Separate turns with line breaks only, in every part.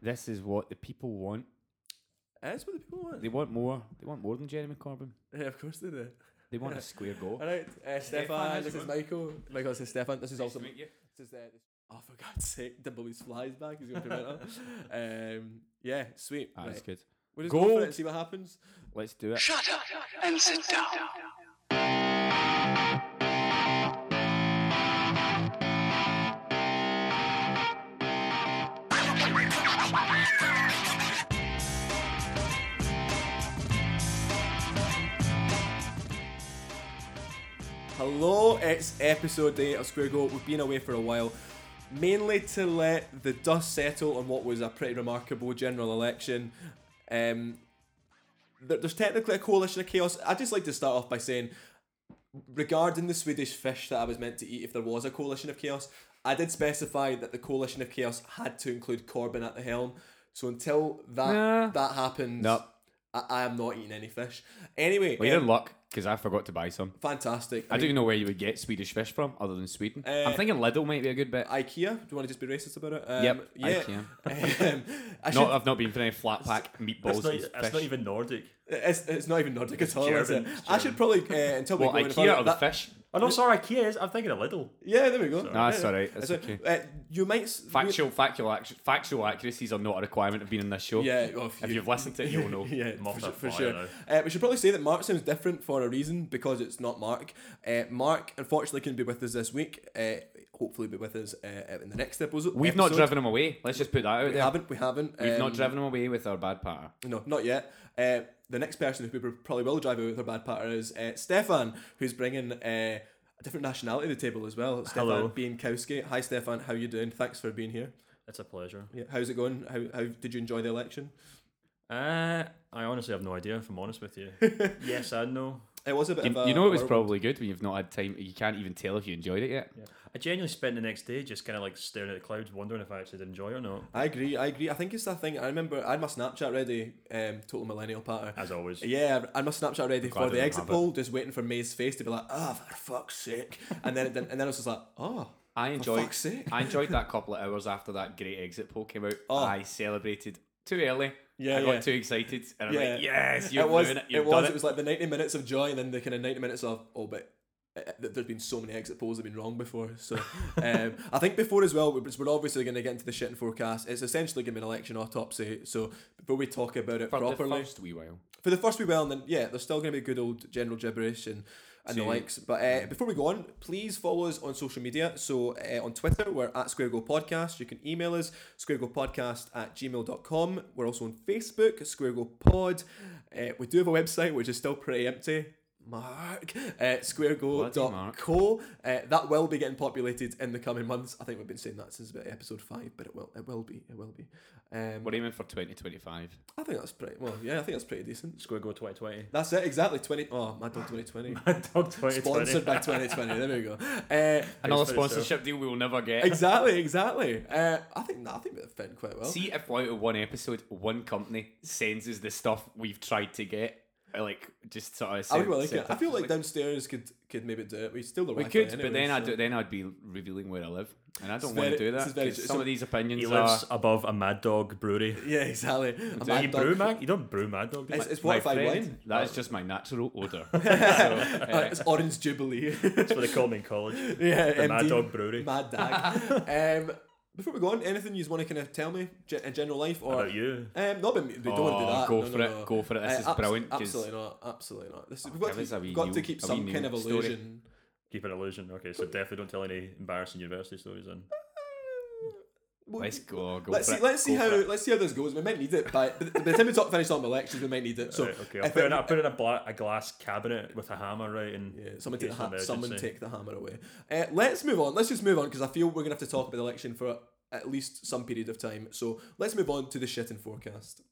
this is what the people want.
That's what the people want.
They want more. They want more than Jeremy Corbyn.
Yeah, of course they do.
They want a square goal.
All right, uh, Stefan,
how's
this
it
is
going?
Michael. Michael, this is Stefan. This is also.
Nice to meet you.
This is, uh, this- oh, for God's sake, Dimbleweeds flies back. He's going to prevent her. Um, yeah, sweet.
Ah, That's
right.
good.
We'll just go for
Gold.
it and see what happens.
Let's do it.
Shut up and sit down.
Hello, it's episode 8 of Square Go. We've been away for a while, mainly to let the dust settle on what was a pretty remarkable general election. Um, there- there's technically a coalition of chaos. I'd just like to start off by saying, regarding the Swedish fish that I was meant to eat if there was a coalition of chaos, I did specify that the coalition of chaos had to include Corbyn at the helm. So until that
Nah.
that happens,
Nope.
I, I am not eating any fish. Anyway,
Well, you're
um,
in luck because I forgot to buy some.
fantastic.
I don't even know where you would get Swedish fish from other than Sweden.
Uh,
I'm thinking Lidl might be a good bit.
IKEA. Do you want to just be racist about it? Um,
Yep,
Yeah. um, I should,
not, I've not been for any flat pack meatballs
It's not,
and
it's
fish.
not even Nordic.
it's, it's not even Nordic at all. is it?
German, it's
I should probably uh, until we
Well,
go any
IKEA
further,
or the
that-
fish?
Oh no, sorry, IKEA is. I'm thinking a little.
Yeah, there we go.
Nah, it's alright. It's
So,
okay.
uh, you might s-
Factual, factual, actu- factual accuracies are not a requirement of being in this show.
Yeah, well,
If you've listened to it, you'll know.
yeah, for,
Mocked
su-
up
for
fire
sure.
now.
Uh, we should probably say that Mark sounds different for a reason because it's not Mark. Uh, Mark unfortunately couldn't be with us this week. Uh, hopefully, be with us uh, in the next episode.
We've not
episode.
driven them away. Let's just put that out
We
there.
haven't. We haven't.
We've
um,
not driven them away with our bad patter.
No, not yet. Uh, the next person who we probably will drive out with her bad patter is uh, Stefan, who's bringing uh, a different nationality to the table as well. Stefan
Hello.
Bienkowski. Hi, Stefan. How you doing? Thanks for being here.
It's a pleasure.
Yeah, how's it going? How, how did you enjoy the election?
Uh, I honestly have no idea. If I'm honest with you. yes and no.
It was a bit
You,
of a...
you know it was
whirl-
probably good when you've not had time. You can't even tell if you enjoyed it yet.
Yeah. I genuinely spent the next day just kind of like staring at the clouds, wondering if I actually did enjoy it or not.
I agree, I agree. I think it's that thing. I remember I had my Snapchat ready, um, total millennial patter.
As always.
Yeah, I had my Snapchat ready
glad
for
I
the
didn't
exit
have
poll, just waiting for May's face to be like, oh, for fuck's sake. And then, it didn't, and then I was just like, oh,
I
for
enjoyed.
fuck's sake.
I enjoyed that couple of hours after that great exit poll came out.
Oh.
I celebrated too early.
Yeah,
I got
yeah.
too excited, and I'm
Yeah.
like, "Yes, you're
it was.
doing it.
it,
You've
was.
done
It. was like the ninety minutes of joy, and then the kind of ninety minutes of oh, but uh, th- there's been so many exit polls that have been wrong before. So um, I think before as well, because we're obviously going to get into the shit and forecast. It's essentially going to be an election autopsy. So before we talk about it
for
properly,
the first wee while."
for the first wee while, and then yeah, there's still going to be good old general gibberish and, and the
So-
likes. But uh, before we go on, please follow us on social media. So uh, on Twitter, we're at Square Go Podcast. You can email us, squaregoalpodcast at gmail.com. We're also on Facebook, Square Go Pod. Uh, we do have a website, which is still pretty empty. Mark, uh,
Bloody Mark.
squarego.co. Uh, that will be getting populated in the coming months. I think we've been saying that since about episode five, but it will, it will be, it will be. Um,
We're aiming for 2025.
I think that's pretty well. Yeah, I think that's pretty decent.
Square Go 2020.
That's it, exactly. 20. Oh, Mad Dog 2020.
Dog 2020.
Sponsored by 2020. There we go. Uh,
Another
for yourself.
sponsorship deal we will never get.
exactly, exactly. Uh, I think nah, I think that fit quite well.
See if out of one episode, one company sends us the stuff we've tried to get. I like just sort of.
I
Send,
would really like
send
it. I
it.
feel like downstairs could could maybe do it. uh, We still the
we
Wi-Fi
could,
anyway,
but then I'd
so-
then I'd be revealing where I live, and I don't
very-
want to do
this
that.
is very
'cause
true.
some
So-
of these opinions
He
are.
lives above a Mad Dog brewery.
Yeah, exactly. A
Mad
you
Dog-
brew Mad? You don't brew Mad Dog. do you?
It's, it's
My
what if I
friend,
win?
that is just my natural order. so, uh,
It's Orange Jubilee.
That's what they call me in college.
yeah,
The Mad
MD.
Dog Brewery.
Mad Dag. um, before we go on, anything you want to kind of tell me ge- in general life or
About you.
Um, no, but we don't want to do
Oh,
that.
go
No, no,
for it,
no.
go for it. This is
abs-
brilliant, 'cause-
Absolutely not. Absolutely not. This, we've got,
give us
to,
a
we've
wee
got to
new- a
keep
wee
some
new
kind of
story.
illusion.
Keep an illusion. Okay, so definitely don't tell any embarrassing university stories then.
Well,
let's go. go
let's
for
see.
it,
Let's see
go
how.
for it.
Let's see how this goes. We might need it by, by the by the time we talk, finish on the elections. We might need it. So
right, okay, I'll
if
put, it
it,
in, I'll put it in a, bla- a glass cabinet with a hammer, right? And
yeah, someone take the
in case
ha-
of
someone
emergency.
take the hammer away. Uh, let's move on. Let's just move on because I feel we're gonna have to talk about the election for at least some period of time. So let's move on to the shit and forecast.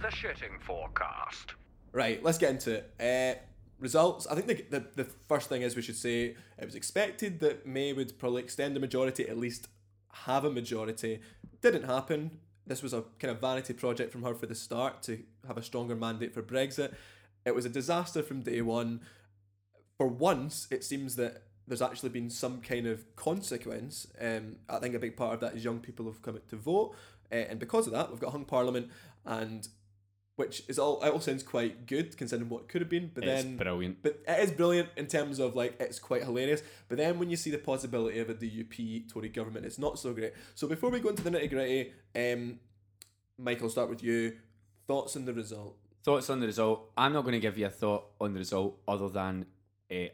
The shitting forecast.
Right, let's get into it. Uh, results. I think the, the, the first thing is we should say it was expected that May would probably extend a majority, at least have a majority. Didn't happen. This was a kind of vanity project from her for the start to have a stronger mandate for Brexit. It was a disaster from day one. For once, it seems that there's actually been some kind of consequence. Um, I think a big part of that is young people have come out to vote, uh, and because of that, we've got hung parliament, and which is all. It all sounds quite good considering what could have been. But
It's
then,
brilliant.
but it is brilliant in terms of like it's quite hilarious. But then when you see the possibility of a DUP Tory government, it's not so great. So before we go into the nitty gritty, um, Michael, I'll start with you. Thoughts on the result?
Thoughts on the result? I'm not going to give you a thought on the result other than uh,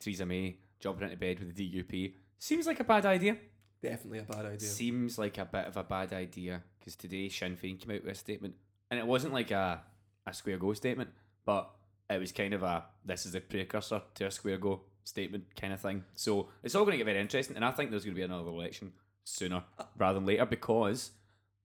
Theresa May jumping into bed with the DUP. Seems like a bad idea.
Definitely a bad idea.
Seems like a bit of a bad idea because today Sinn Féin came out with a statement, and it wasn't like a a square go statement, but it was kind of a this is the precursor to a square go statement kind of thing. So it's all going to get very interesting, and I think there's going to be another election sooner rather than later because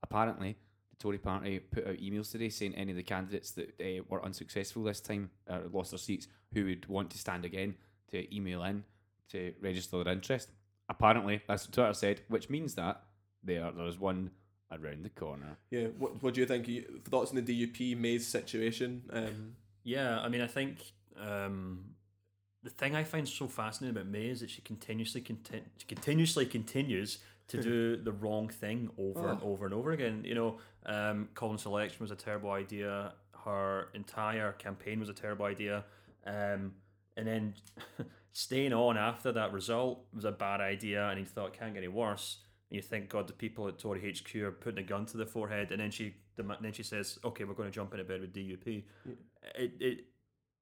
apparently the Tory Party put out emails today saying any of the candidates that uh, were unsuccessful this time or lost their seats who would want to stand again to email in to register their interest. Apparently, that's what Twitter said, which means that there there is one around the corner.
Yeah. What, what do you think? You- Thoughts on the DUP May's situation? Um,
Yeah, I mean, I think um, the thing I find so fascinating about May is that she continuously contin- she continuously continues to do the wrong thing over and over and over again. You know, um, Colin's election was a terrible idea. Her entire campaign was a terrible idea. Um, and then staying on after that result was a bad idea, and he thought it can't get any worse. And you think, God, the people at Tory HQ are putting a gun to the forehead, and then she, dem- then she says, "Okay, we're going to jump into bed with DUP." It, it,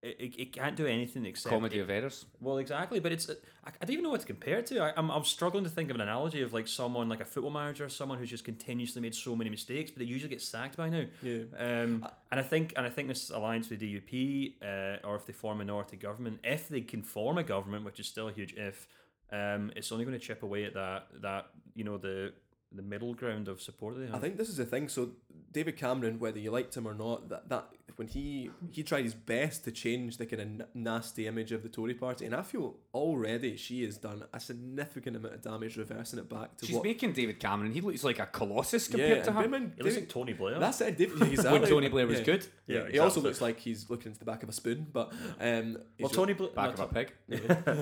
it, it can't do anything except
Comedy of errors.
well, exactly, but it's uh, I, I don't even know what to compare it to. I, I'm, I'm struggling to think of an analogy of like someone like a football manager, someone who's just continuously made so many mistakes, but they usually get sacked by now.
Yeah. Uh,
Um, and I think and I think this alliance with the DUP, uh, or if they form a minority government, if they can form a government, which is still a huge if, um, it's only going to chip away at that that you know the the middle ground of support that they have.
I think this is the thing. So David Cameron, whether you liked him or not, that, that when he he tried his best to change the kind of n- nasty image of the Tory party, and I feel already she has done a significant amount of damage reversing it back to
She's
what.
making David Cameron. He looks like a colossus
yeah,
compared
and
to her.
bear in mind,
it looks
David-
like Tony Blair.
that's it. David, exactly.
When Tony Blair was
Yeah.
good,
Yeah,
Yeah,
he also
exactly.
looks like he's looking into the back of a spoon, but um,
well,
he's-
Tony Blair.
back
no,
of a
Tony-
pig,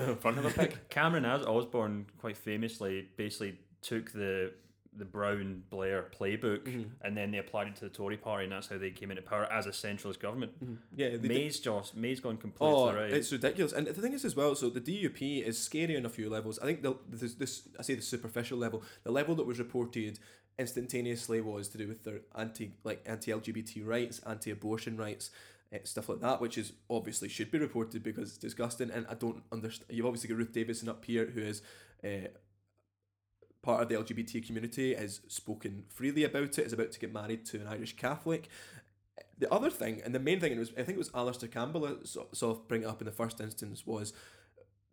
in front of a pig.
Cameron as Osborne quite famously basically took the the Brown Blair playbook
Mm-hmm.
and then they applied it to the Tory party and that's how they came into power as a centralist government.
Mm-hmm.
yeah, they did-
May's just May's gone completely
Oh,
right.
it's ridiculous. And the thing is, as well, so the DUP is scary on a few levels. I think the this, this I say the superficial level, the level that was reported instantaneously was to do with their anti like anti LGBT rights, anti abortion rights. eh, Stuff like that, which is obviously should be reported because it's disgusting, and I don't understand. You've obviously got Ruth Davidson up here, who is uh, part of the LGBT community, has spoken freely about it. Is about to get married to an Irish Catholic, the other thing, and the main thing, and it was I think it was Alistair Campbell that so- sort of bring it up in the first instance was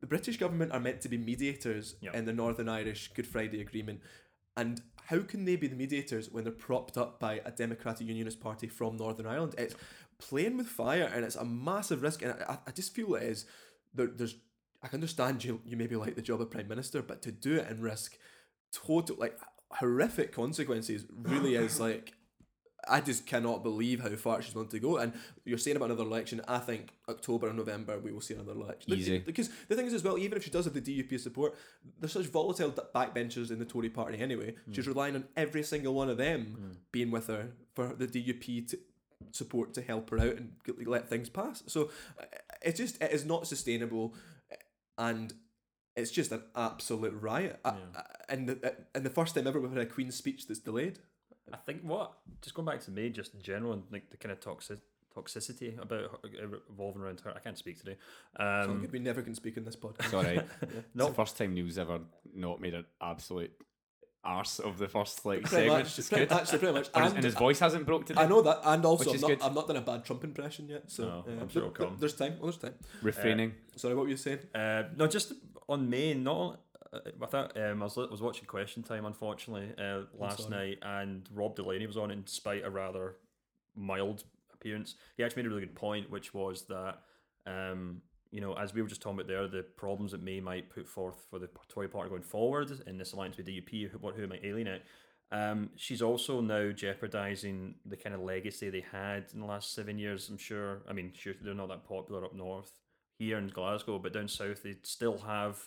the British government are meant to be mediators
Yeah.
in the Northern Irish Good Friday Agreement, and how can they be the mediators when they're propped up by a Democratic Unionist Party from Northern Ireland? It's playing with fire, and it's a massive risk, and I, I just feel it is there, there's. I can understand you you maybe like the job of prime minister, but to do it and risk total like horrific consequences really is like I just cannot believe how far she's willing to go. And you're saying about another election. I think October and November we will see another election.
Easy.
Because the thing is, as well, even if she does have the DUP support, there's such volatile d- backbenchers in the Tory party anyway. She's relying on every single one of them being with her for the DUP to support to help her out and g- let things pass. So uh, it just it is not sustainable, uh, and it's just an absolute riot. I- I- and the uh, and the first time ever we've had a Queen's speech that's delayed.
I think what just going back to May, just in general and like the kind of toxic toxicity about her, revolving around her. I can't speak today. Um,
we never can speak in this podcast.
Mm. Sorry, it's the first time Neil's ever not made an absolute arse of the first like
pretty
segment.
much,
It's
pretty,
good.
actually, pretty much.
and, his,
And
and his voice hasn't broke today.
I know that, and also
Which
I'm
is
not,
good.
I'm not done a bad Trump impression yet, so
No,
yeah.
I'm sure it'll
Th- th-
come.
There's time. Well, there's time.
Refraining.
Sorry, what were you saying?
Uh, no, just on Maine. Not uh, without. Um, I was I was watching Question Time, unfortunately, uh, last night, and Rob Delaney was on, it, and despite a rather mild appearance, he actually made a really good point, which was that. Um, you know, as we were just talking about there, the problems that May might put forth for the Tory party going forward in this alliance with DUP, who, what- who it might alienate. Um, she's also now jeopardizing the kind of legacy they had in the last seven years. I'm sure. I mean, sure, they're not that popular up north here in Glasgow, but down south they still have.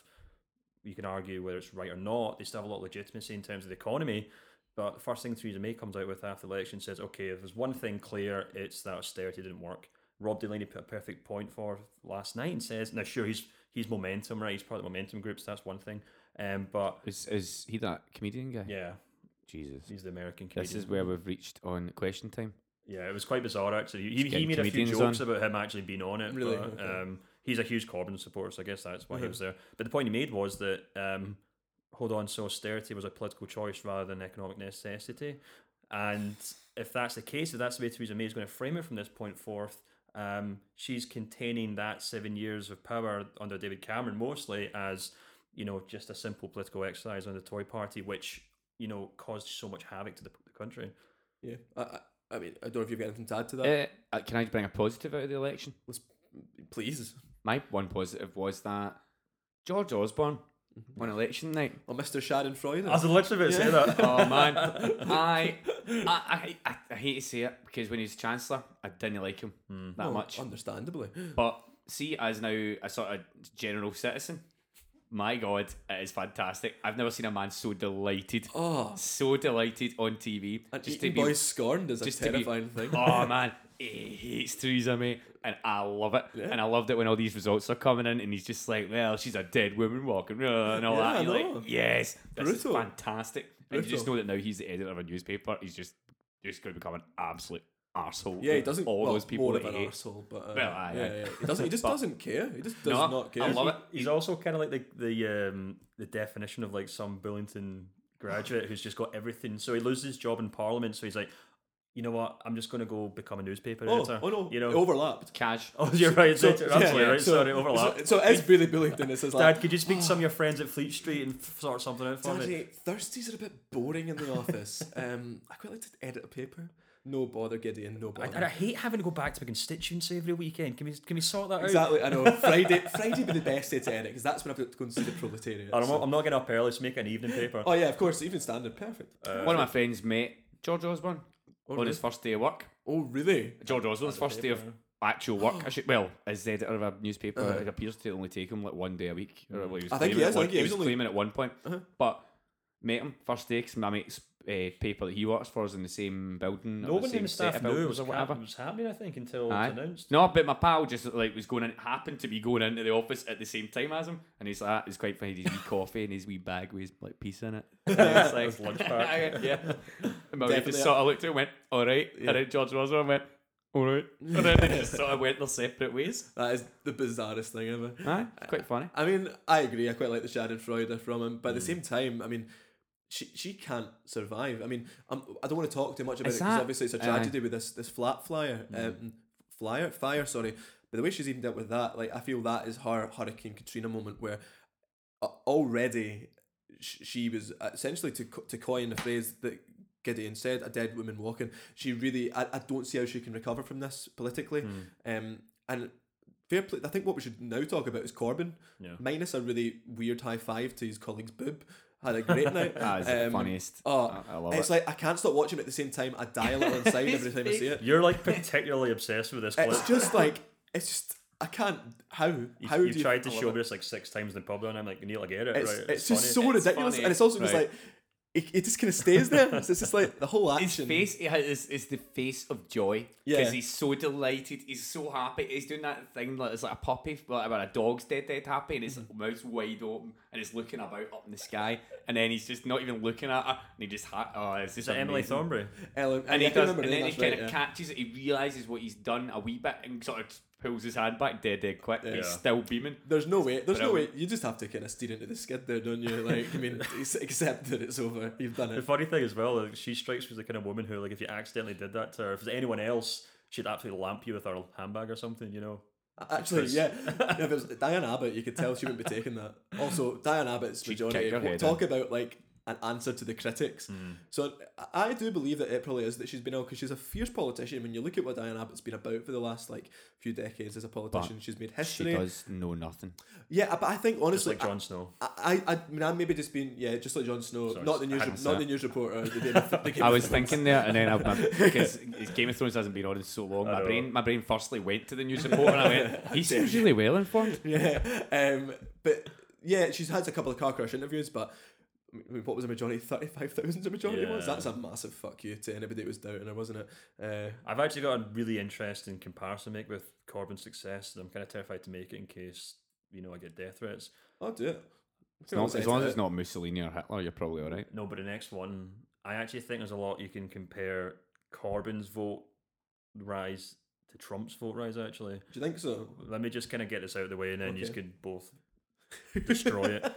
You can argue whether it's right or not. They still have a lot of legitimacy in terms of the economy. But the first thing Theresa May comes out with after the election says, "Okay, if there's one thing clear, it's that austerity didn't work." Rob Delaney put a perfect point for last night and says, "Now, sure, he's he's momentum, right? He's part of the momentum groups. That's one thing." Um, but
Is is he that comedian guy?
yeah,
Jesus.
he's the American comedian.
This is where we've reached on question time.
Yeah, it was quite bizarre actually. He, he
getting
made a few
comedians
jokes
on.
about him actually being on it.
Really?
But,
Okay.
um, he's a huge Corbyn supporter, so I guess that's why he was there. But the point he made was that um, hold on, so austerity was a political choice rather than economic necessity. And if that's the case, if that's the way Theresa May is going to frame it from this point forth, um, she's containing that seven years of power under David Cameron mostly as, you know, just a simple political exercise on the Tory party, which, you know, caused so much havoc to the, the country.
Yeah. I, I, I mean, I don't know if you've got anything to add to that.
Uh, uh, can I bring a positive out of the election?
Let's, please.
My one positive was that George Osborne on election night.
Or Mr. Sharon Freud.
I was literally about to say that.
Oh man, I, I I I hate to say it because when he was chancellor, I didn't like him that much.
Understandably.
But see, as now a sort of general citizen, my God, it is fantastic. I've never seen a man so delighted,
Oh,
so delighted on TV.
and eating boys scorned is a
just to be-
terrifying thing.
Oh man, he hates Theresa May, and I love it. And I loved it when all these results are coming in, and he's just like, "Well, she's a dead woman walking," uh, and all
Yeah, I
that. You're
know.
like, "Yes, this
Brutal.
is fantastic." And you just
Brutal.
know that now he's the editor of a newspaper. He's just just going to become an absolute arsehole.
Yeah, he
with
doesn't.
All
well,
those people
more
that
of an
he hates.
arsehole, but uh,
Well, aye,
yeah,
aye.
yeah. he doesn't. He just
But-
doesn't care. He just does
No,
not care.
I love it.
He's also kind of like the the um, the definition of like some Burlington graduate who's just got everything. So he loses his job in Parliament. So he's like, you know what? I'm just going to go become a newspaper
Oh,
editor.
oh no,
you know.
it overlapped.
Cash.
oh, you're right. So, absolutely
yeah,
right.
so-
Sorry, overlap.
So, so it's Billy Billington. It's his
Dad,
like,
could you speak to some of your friends at Fleet Street and f- sort something out for me?
Daddy, Thursdays are a bit boring in the office. Um, I quite like to edit a paper. No bother, Gideon. No
And I
bother.
hate having to go back to my constituency every weekend. Can we can we sort that out?
Exactly. I know. Friday, Friday would be the best day to edit because that's when I've got to go and see the proletariat.
And I'm,
so-
not- I'm not getting up early. So make an evening paper.
Oh yeah, of course. Even standard, perfect.
Uh,
One of my friends met George Osborne on his first day of work.
oh really?
George Osborne's first day of actual work. I should, well, as editor of a newspaper, it appears to only take him like one day a week. Or what he was
I think
claiming
he
at
is, I
one-
think he
he
is
was
only-
claiming at one point. But met him first day because my mate's uh, paper that he works for is in the same building. or
No one
the same
in the
set
staff
of
knew it
buildings
was,
or
hap-
whatever.
it was happening. I think until it was
Aye.
announced.
No, but my pal just like was going in, happened to be going into the office at the same time as him, and he's like, "Ah, it's quite funny. His wee coffee and his wee bag with his like piece in it. And it's like,
His lunch pack.
yeah. And my wife
Definitely.
just sort of looked at him and went, "All right," and then George Osborne went, "All right," and then they just sort of went their separate ways.
That is the bizarrest thing ever.
Aye, it's quite funny.
I mean, I agree. I quite like the Schadenfreude from him, but at the
Mm.
same time, I mean, she she can't survive. I mean, um, I don't want to talk too much about
Is
it because
that-
obviously it's a
aye. Mm.
tragedy with this this flat flyer, um, flyer fire. Sorry, but the way she's even dealt with that, like I feel that is her Hurricane Katrina moment where uh, already sh- she was uh, essentially to co- to coin the phrase that Gideon said, a dead woman walking. She really, I, I don't see how she can recover from this politically.
Hmm.
Um, and fair play. I think what we should now talk about is Corbyn.
Yeah.
Minus a really weird high five to his colleague's boob. Had a great night.
That is the
Um,
funniest.
Oh,
I, I love
it's
it.
like I can't stop watching it at the same time. I die a little inside every time I see it.
You're like particularly obsessed with this clip.
It's just like it's just I can't. How
You,
how
you
do you
tried to
I love
show
it.
me this like six times in the pub, and I'm like, Neil, I get it.
It's,
right?
it's, just so
funny.
ridiculous,
funny.
and it's also just
Right.
like it, it just kind of stays there. So it's just like the whole
his
action.
face it has, is the face of joy
Yeah.
because he's so delighted he's so happy he's doing that thing like it's like a puppy like about a dog's dead dead happy and his mouth's wide open and he's looking about up in the sky and then he's just not even looking at her and he just ha- oh it's just
Is it Emily
amazing.
Thornberry?
Ellen,
and he
I can
does
remember
and
her
then
name,
he
that's
kind
right,
of
yeah.
catches it he realizes what he's done a wee bit and sort of pulls his hand back dead dead quick but he's
Yeah.
still beaming
There's no way. There's no way.
Brilliant.
You just have to kind of steer into the skid there, don't you? Like, I mean, it's- accept that it's over. You've done
The
it.
funny thing as well, like, she strikes me as the kind of woman who, like, if you accidentally did that to her, if there's anyone else, she'd absolutely lamp you with her handbag or something, you know.
Actually,
Chris.
yeah. If it was Diane Abbott, you could tell she wouldn't be taking that. Also, Diane Abbott's majority.
kick her
we'll
head Hmm.
Talk about like an answer to the critics. So I- I do believe that it probably is that she's been ill because she's a fierce politician. When you look at what Diane Abbott's been about for the last like few decades as a politician, she's made
She
history.
does know nothing.
Yeah, but I think
Just
honestly,
like Jon Snow.
I, I, I mean, I'm maybe just being yeah, just like Jon Snow,
Sorry,
not the news,
I hadn't
not
said
the
it.
news reporter. The game of, the Game
I
of
was
Thrones.
thinking there, and then I because Game of Thrones hasn't been on in so long. My
know.
brain, my brain, firstly went to the news report, and I went, "He seems really well informed."
yeah. Um, but yeah, she's had a couple of car crash interviews, but I mean, what was a majority? Thirty-five thousand. A majority was.
Yeah.
That's a massive fuck you to anybody that was doubting her, wasn't it? Uh,
I've actually got a really interesting comparison to make with Corbyn's success, and I'm kind of terrified to make it in case you know I get death threats.
I'll do it.
It's not- as long as it's not Mussolini or Hitler, you're probably all right.
No, but the next one, I actually think there's a lot you can compare Corbyn's vote rise to Trump's vote rise. Actually,
Do you think so?
let me just kind of get this out of the way, and then you
Okay.
could both destroy it.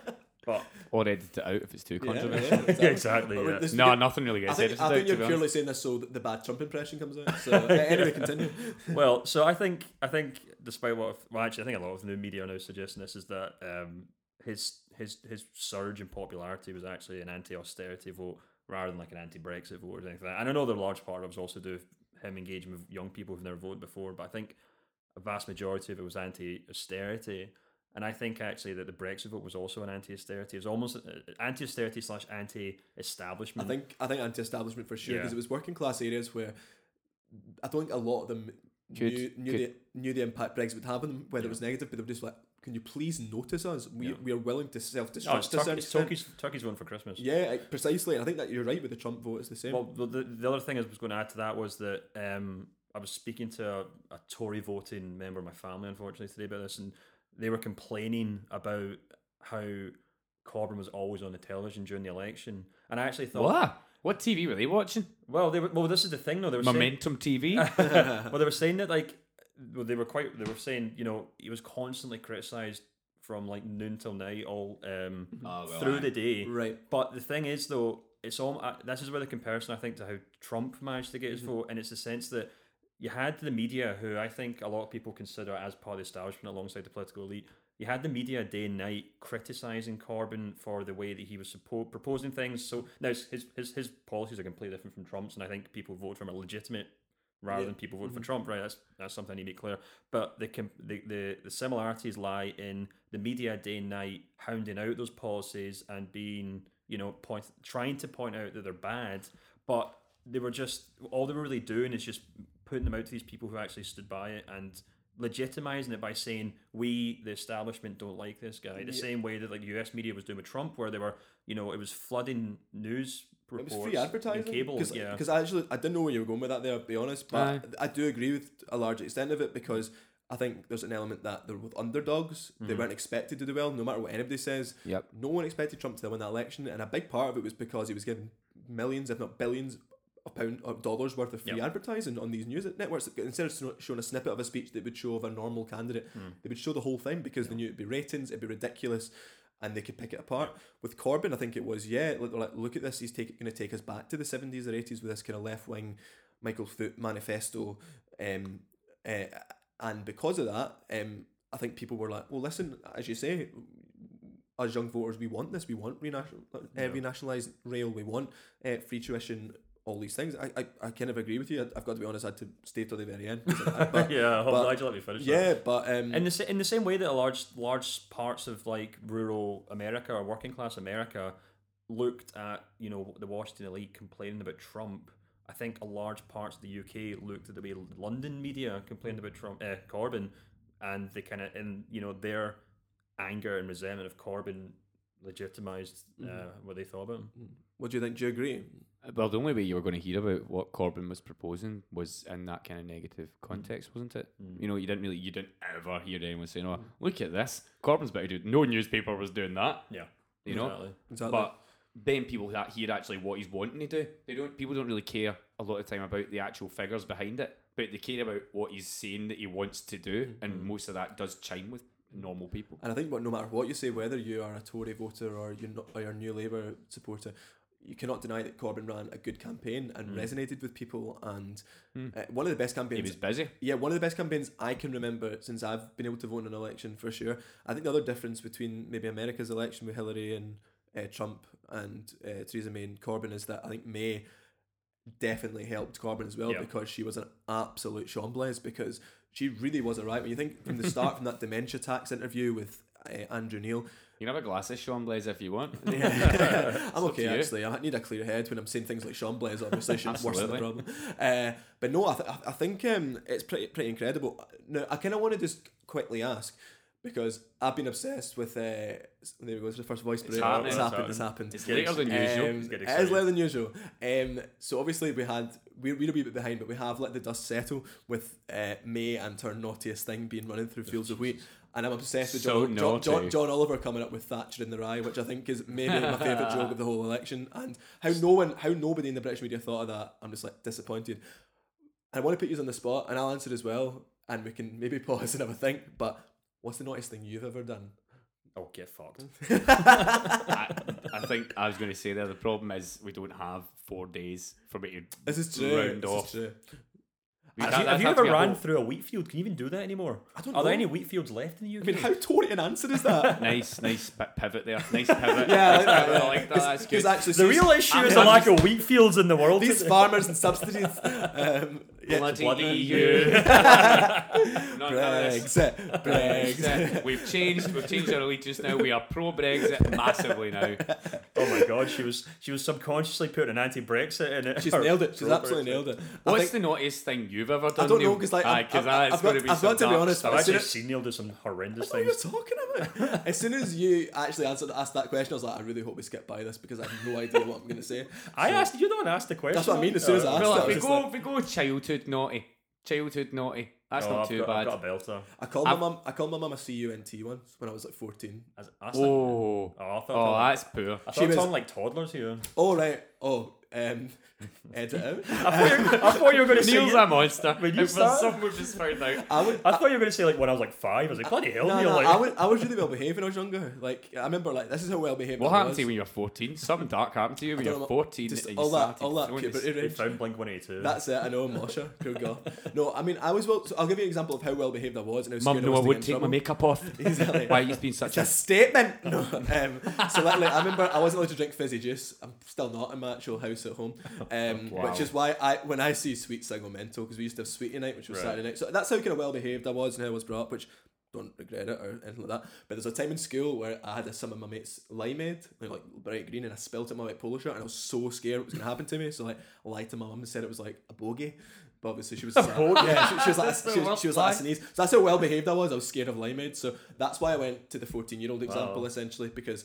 But
Or edit it out if it's too
Yeah,
controversial.
yeah, exactly.
exactly,
But
yeah.
this-
No, nothing really
I
gets
think,
edited
I
out.
think
To
you're
be honest.
purely saying this so that the bad Trump impression comes out. So uh, anyway, continue.
well, so I think I think despite what well actually I think a lot of the new media are now suggesting this is that um, his his his surge in popularity was actually an anti-austerity vote rather than like an anti-Brexit vote or anything like that. And I know the large part of it was also to do with him engaging with young people who've never voted before, but I think a vast majority of it was anti-austerity. And I think actually that the Brexit vote was also an anti-austerity. It was almost uh, anti-austerity slash
I
anti-establishment.
think I think anti-establishment for sure
Hmm. Yeah.
because it was working class areas where I don't think a lot of them
Could-
knew knew,
could-
The, knew the impact Brexit would have on them, whether it was negative, but they were just like, "Can you please notice us? We,
Yeah.
we are willing to self-destruct
Oh, it's,
to
Tur-
some
it's
extent."
Turkey's, Turkey's one for Christmas.
Yeah, like, precisely. And I think that you're right with the Trump vote. It's the same.
Well, the, the- the other thing I was going to add to that was that um, I was speaking to a, a Tory voting member of my family, unfortunately, today about this, and they were complaining about how Corbyn was always on the television during the election. And I actually thought,
What? What TV were they watching?
well, they were, well, this is the thing though. They were saying,
Momentum Oh, TV.
well, they were saying that like, well, they were quite. They were saying, you know, he was constantly criticised from like noon till night, all um, through the day.
Right.
But the thing is, though, it's all. Uh, this is where the comparison I think to how Trump managed to get his vote, and it's the sense that you had the media, who I think a lot of people consider as part of the establishment alongside the political elite. You had the media day and night criticizing Corbyn for the way that he was suppo- proposing things. So now his, his his his policies are completely different from Trump's, and I think people vote for him are legitimate rather than people
Mm-hmm.
voting for Trump, right? That's that's something I need to make clear. But the com- the, the the similarities lie in the media day and night hounding out those policies and being, you know, point trying to point out that they're bad, but they were just all they were really doing is just putting them out to these people who actually stood by it and legitimizing it by saying we the establishment don't like this guy the same way that like US media was doing with Trump where they were you know it was flooding news
it
reports
was free
and
advertising.
cable
Because
yeah
I actually I didn't know where you were going with that there, to be honest. But
Aye.
I do agree with a large extent of it because I think there's an element that they're with underdogs. They
Mm-hmm.
weren't expected to do well, no matter what anybody says.
Yep.
No one expected Trump to win that election, and a big part of it was because he was given millions, if not billions, of pound of dollars worth of free
Yep.
advertising on these news networks. Instead of sno- showing a snippet of a speech that would show of a normal candidate, they would show the whole thing because they knew it'd be ratings, it'd be ridiculous, and they could pick it apart. With Corbyn, I think it was yeah. Look, like, look at this. He's take, going to take us back to the seventies or eighties with this kind of left wing Michael Foot manifesto. Um, uh, and because of that, um, I think people were like, well, listen, as you say, as young voters, we want this. We want renational, uh, renationalised rail. We want uh, free tuition. All these things. I, I, I kind of agree with you. I, have got to be honest. I had to stay till the very end. 'cause I- I- but-
yeah, I'm
but-
glad you let me finish. that.
yeah, but um,
In the sa- in the same way that a large large parts of like rural America or working class America looked at you know the Washington elite complaining about Trump, I think a large parts of the UK looked at the way London media complained about Trump uh, Corbyn, and they kind of and you know their anger and resentment of Corbyn legitimized uh, what they thought about him.
what do you think? Do you agree?
Well, the only way you were going to hear about what Corbyn was proposing was in that kind of negative context, wasn't it?
Mm.
You know, you didn't really, you didn't ever hear anyone saying, "Oh, look at this, Corbyn's better do." it." No newspaper was doing that,
Yeah,
you know.
exactly.
Exactly.
But then people that hear actually what he's wanting to do, they don't. People don't really care a lot of time about the actual figures behind it, but they care about what he's saying that he wants to do,
Mm-hmm.
and most of that does chime with normal people.
And I think what no matter what you say, whether you are a Tory voter or you're not, or you're a New Labour supporter, you cannot deny that Corbyn ran a good campaign and resonated with people. And uh, one of the best
Mm. He
campaigns
was busy.
yeah, one of the best campaigns I can remember since I've been able to vote in an election for sure. I think the other difference between maybe America's election with Hillary and uh, Trump and uh, Theresa May and Corbyn is that I think May definitely helped Corbyn as well
Yeah.
because she was an absolute Chamblez because she really was alright. When you think from the start, from that dementia tax interview with uh, Andrew Neil,
You can have a glass of Sean Blaze if you want.
I'm okay
you.
actually. I need a clear head when I'm saying things like Sean Blaze. Obviously, should worsen the
Absolutely.
problem. Uh, but no, I, th- I think um, it's pretty pretty incredible. Now, I kind of want to just quickly ask because I've been obsessed with. Uh, there we go. It's the first voice break.
happened,
It's
it's
happened. It's happened.
happened.
it's later than usual.
Um,
Let's get
it is
excited.
later than usual. Um, so obviously we had we're, we're a wee bit behind, but we have let the dust settle with uh, May and her naughtiest thing being running through
Oh,
fields of wheat. And I'm obsessed with
So
John, John, John,
naughty.
John Oliver coming up with Thatcher in the Rye, which I think is maybe my favourite joke of the whole election. And how no one, how nobody in the British media thought of that. I'm just like disappointed. I want to put you on the spot, and I'll answer as well, and we can maybe pause and have a think. But what's the naughtiest thing you've ever done?
Oh, get fucked.
I, I think I was going to say there. The problem is we don't have four days for me to.
This is true.
Round
this is
off.
true.
we
Have
can't-
you,
that's
have you
had to
ever
be a
ran
whole-
through a wheat field? Can you even do that anymore?
I don't
Are there
know.
any wheat fields left in the UK?
I mean, how Tory an answer is that?
Nice, nice bit pivot there. Nice pivot. nice
Yeah, I like that,
pivot.
yeah.
I like that.
It's-
That's
it's
good.
actually
the
serious-
real issue
I'm-
is the
I'm
lack of wheat fields in the world.
These
today.
farmers and subsidies. Um, yeah,
Bloody, E
bloody
EU.
EU.
Not this.
Brexit, Brexit.
Brexit. We've changed. We've changed our allegiance now. We are pro Brexit massively now.
oh my god, she was she was subconsciously putting an anti-Brexit in it.
She's
Or
nailed it. She's absolutely
pro-Brexit.
nailed it. I
What's
think-
the naughtiest thing you've ever done?
I don't
Neil?
know because like
Aye,
I've-
'cause
I've-
that's
I've got-
gonna be
I've
some
got to be
dark
honest.
stuff.
I've
As soon
actually
as-
seen Neil do some horrendous
what are you
things.
talking about? as soon as you actually answered, asked that question, I was like, I really hope we skip by this because I have no idea what I'm going to say.
I asked you. Don't asked the question.
That's what I mean, as soon as I asked
Well,
it, I
if
was
we
just
go,
like-
if we go childhood naughty, childhood naughty. That's
Oh,
not
I've
too
got,
bad.
I've got a belter.
I called
I've-
my mum. I called my mum a cunt once when I was like 14.
As- I said-
oh,
Oh, I thought-
oh, that's poor.
I
She
thought
was-
we were talking like toddlers here.
Oh right. Oh, um, edit out.
I thought you were going to
Neil's
say.
a monster.
when you
If
start-
there's something we've just found out.
I would.
I thought you were going to say like when I was like five. I was like, bloody hell,
No,
Neil.
no,
like,
I, was, I was really well behaved when I was younger. Like I remember, like this is how well behaved.
What
I
happened
was.
to you when you were 14? Something dark happened to you when
I
you
don't
were
know,
14.
Just
and you
all that,
started
all that
throwing this-
puberty
they
rage.
found Blink One Eighty Two.
That's it. I know, Mosher. Good God. No, I mean, I was well. So I'll give you an example of how well behaved I was, and how
Mum,
scared
no, I
was to
wouldn't
get in
take
trouble.
my makeup off.
Exactly.
Why you've been such
It's a
a
statement. No. Um, so literally, I remember I wasn't allowed to drink fizzy juice. I'm still not in my actual house at home, um,
Wow.
which is why I when I see sweet single mental because we used to have sweetie night, which was
Right.
Saturday night. So that's how kind of well behaved I was and how I was brought up, which don't regret it or anything like that. But there's a time in school where I had a, some of my mates limeade, like, like bright green, and I spilled it in my white polo shirt, and I was so scared what was going to happen to me. So like, I lied to my mum and said it was like a bogey. But obviously she was Yeah, she, she was like she, was- she was like a sneeze. So that's how well behaved I was. I was scared of limeade, so that's why I went to the fourteen year old example
Wow.
essentially because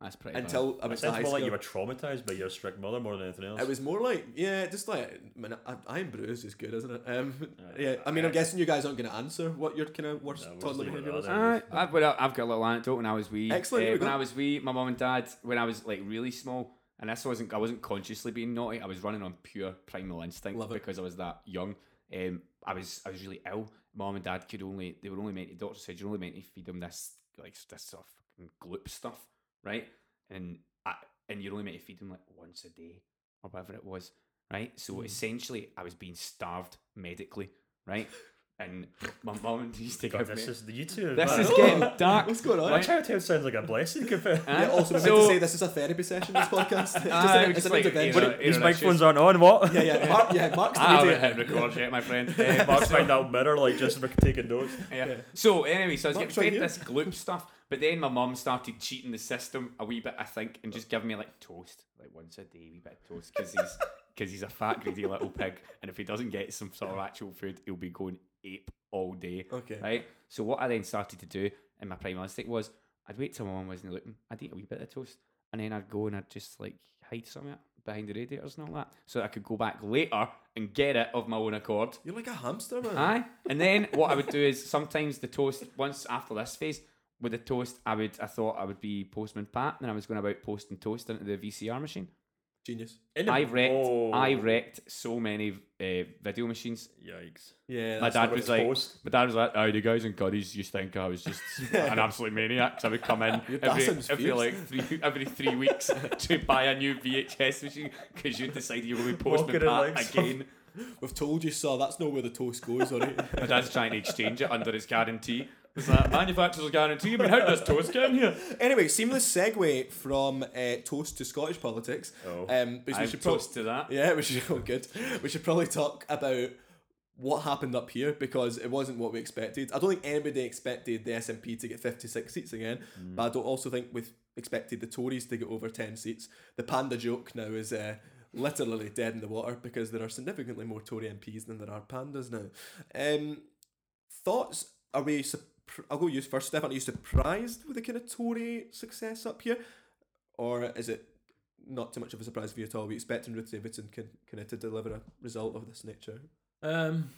That's pretty
until I
It
was to
sounds
high
more
school,
like you were traumatized by your strict mother more than anything else.
it was more like yeah, just like I mean, I- Iron Brew is just good, isn't it? Um, yeah, I mean, I'm guessing you guys aren't going to answer what your kind of worst
No, we'll just
toddler
leave it
behavior
at
was.
that then.
Alright, I've, well, I've got a little anecdote when I was wee.
Excellent,
Uh,
here we
when
go.
I was wee, my mum and dad, when I was like really small, and this wasn't I wasn't consciously being naughty. I was running on pure primal instinct
Love it.
because I was that young. Um, I was I was really ill. Mom and dad could only they were only meant. The doctor said you're only meant to feed them this like this sort of fucking gloop stuff, right? And I, and you're only meant to feed them like once a day or whatever it was, right? So
Hmm.
essentially, I was being starved medically, right? And my mum used to
God,
give me.
this is the YouTube.
This
man.
is
Oh,
getting dark.
What's going on?
My childhood sounds like a blessing compared.
Huh?
Yeah, also, we meant to
So-
say this is a therapy session. This podcast, Just
Ah,
an-
we
it's
just
an
like, you
intervention.
know, Ah,
These
internet
microphones
issues.
aren't on. What?
yeah, yeah, Mark, yeah. Mark's the
I
idiot.
haven't hit record yet, my friend. Eh,
Mark's
but-
behind that mirror, like just for taking notes.
yeah. So anyway, so I was
Mark's
getting fed
right
this gloop stuff, but then my mum started cheating the system a wee bit, I think, and just giving me like toast, like once a day, a wee bit of toast, because he's because he's a fat greedy little pig, and if he doesn't get some sort of actual food, he'll be going ape all day.
Okay.
Right. So what I then started to do in my prime instinct was I'd wait till my mum wasn't looking, I'd eat a wee bit of toast, and then I'd go and I'd just like hide some of it behind the radiators and all that, so that I could go back later and get it of my own accord.
You're like a hamster, man.
Aye. And then what I would do is sometimes the toast, once after this phase, with the toast, I would I thought I would be postman Pat, and I was going about posting toast into the VCR machine.
Genius.
I wrecked,
Oh.
I wrecked so many uh, video machines.
Yikes.
Yeah,
My
that's not
dad
what
was
it's
like,
called.
my dad was like, "Oh, the guys in Curry's used to think I was just an absolute maniac." 'cause I would come in
dad
every,
sounds
every
fierce.
like three every three weeks to buy a new VHS machine because you decided you were going to be postman
Walking in
Pat
like some-
again.
We've told you, sir. That's not where the toast goes, all right?
My dad's trying to exchange it under his guarantee. Is that manufacturer's guarantee? I mean, how does toast get in here?
Anyway, seamless segue from uh, toast to Scottish politics.
Oh.
um, but we
I
should
should
prob-
toast to that.
Yeah, we should. Oh, good. We should probably talk about what happened up here because it wasn't what we expected. I don't think anybody expected the SNP to get fifty six seats again, but I don't also think we expected the Tories to get over ten seats. The panda joke now is. Uh, Literally dead in the water because there are significantly more Tory MPs than there are pandas now. Um, thoughts? Are we? Su- I'll go you first, Stefan. Are you surprised with the kind of Tory success up here, or is it not too much of a surprise for you at all. We expected Ruth Davidson can, can uh, to deliver a result of this nature.
Um,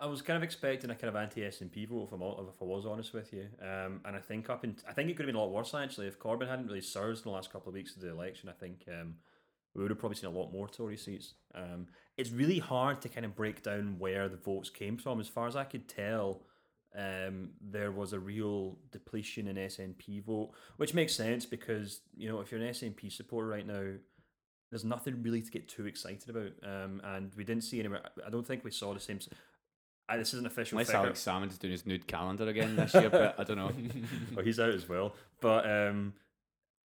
I was kind of expecting a kind of anti S and P vote if I'm all, if I was honest with you. Um, and I think up in I think it could have been a lot worse actually if Corbyn hadn't really surged in the last couple of weeks of the election. I think um, we would have probably seen a lot more Tory seats. Um, it's really hard to kind of break down where the votes came from. As far as I could tell, um, there was a real depletion in SNP vote, which makes sense because you know if you're an SNP supporter right now, there's nothing really to get too excited about. Um, and we didn't see anywhere. I don't think we saw the same. s- Uh, this is an official.
Unless
figure.
Alex Salmon's doing his nude calendar again this year, but I don't know.
Oh, he's out as well. But um,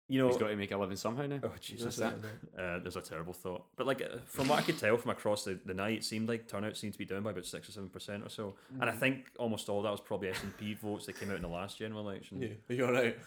you know,
He's got to make a living somehow now.
Oh Jesus!
That's
that- Uh, there's a terrible thought, but like uh, from what I could tell from across the, the night, it seemed like turnout seemed to be down by about six or seven percent or so, and I think almost all that was probably S and P votes that came out in the last general election.
Yeah, are you alright?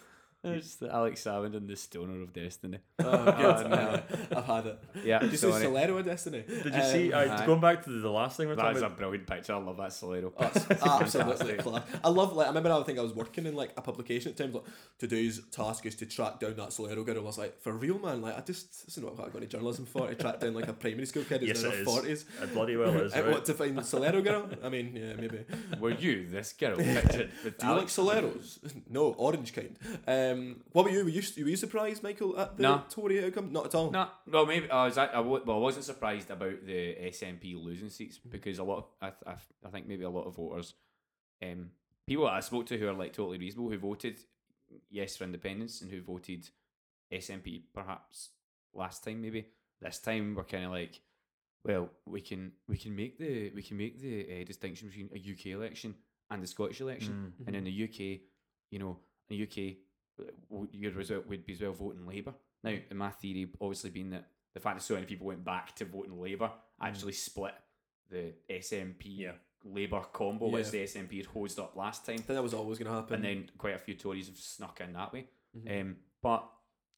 It's the Alex Salmon and the Stoner of Destiny.
Oh, good. I've had it.
Yeah,
Did you say
sorry.
Solero or Destiny? Um,
Did you see? Uh,
aye.
Going back to the last thing we we're
That
talking
is a
about,
brilliant picture. I love that Solero.
Absolutely class. I love like I remember I would think I was working in like a publication at times like today's task is to track down that Solero girl. I was like, for real man, like I just this is not what I got into journalism for to track down like a primary school kid who's
yes,
in
it
their
is.
forties.
It bloody well is.
I
right?
want to find the Solero girl. I mean, yeah, maybe.
Were you this girl pictured with
Do you
Alex?
like Soleros? no, orange kind. Um, what were you? Were you, were you surprised, Michael, at the
No.
Tory outcome? Not at all.
No, well, maybe I was. I, I, wa- well, I wasn't surprised about the SNP losing seats because a lot. Of, I, th- I, th- I think maybe a lot of voters, um, people that I spoke to who are like totally reasonable, who voted yes for independence and who voted SNP perhaps last time, maybe this time we're kind of like, well, we can we can make the we can make the uh, distinction between a UK election and the Scottish
Mm.
election, and
Mm.
in the UK, you know, in the UK, uh, w- your result would be as well voting Labour. Now, in my theory, obviously being that the fact that so many people went back to voting Labour
Mm.
actually split the SNP
Yeah.
Labour combo,
Yeah. Mm-hmm.
which the SNP had hosed up last time
I think that was always going to happen.
and then quite a few Tories have snuck in that way.
Mm-hmm.
Um, but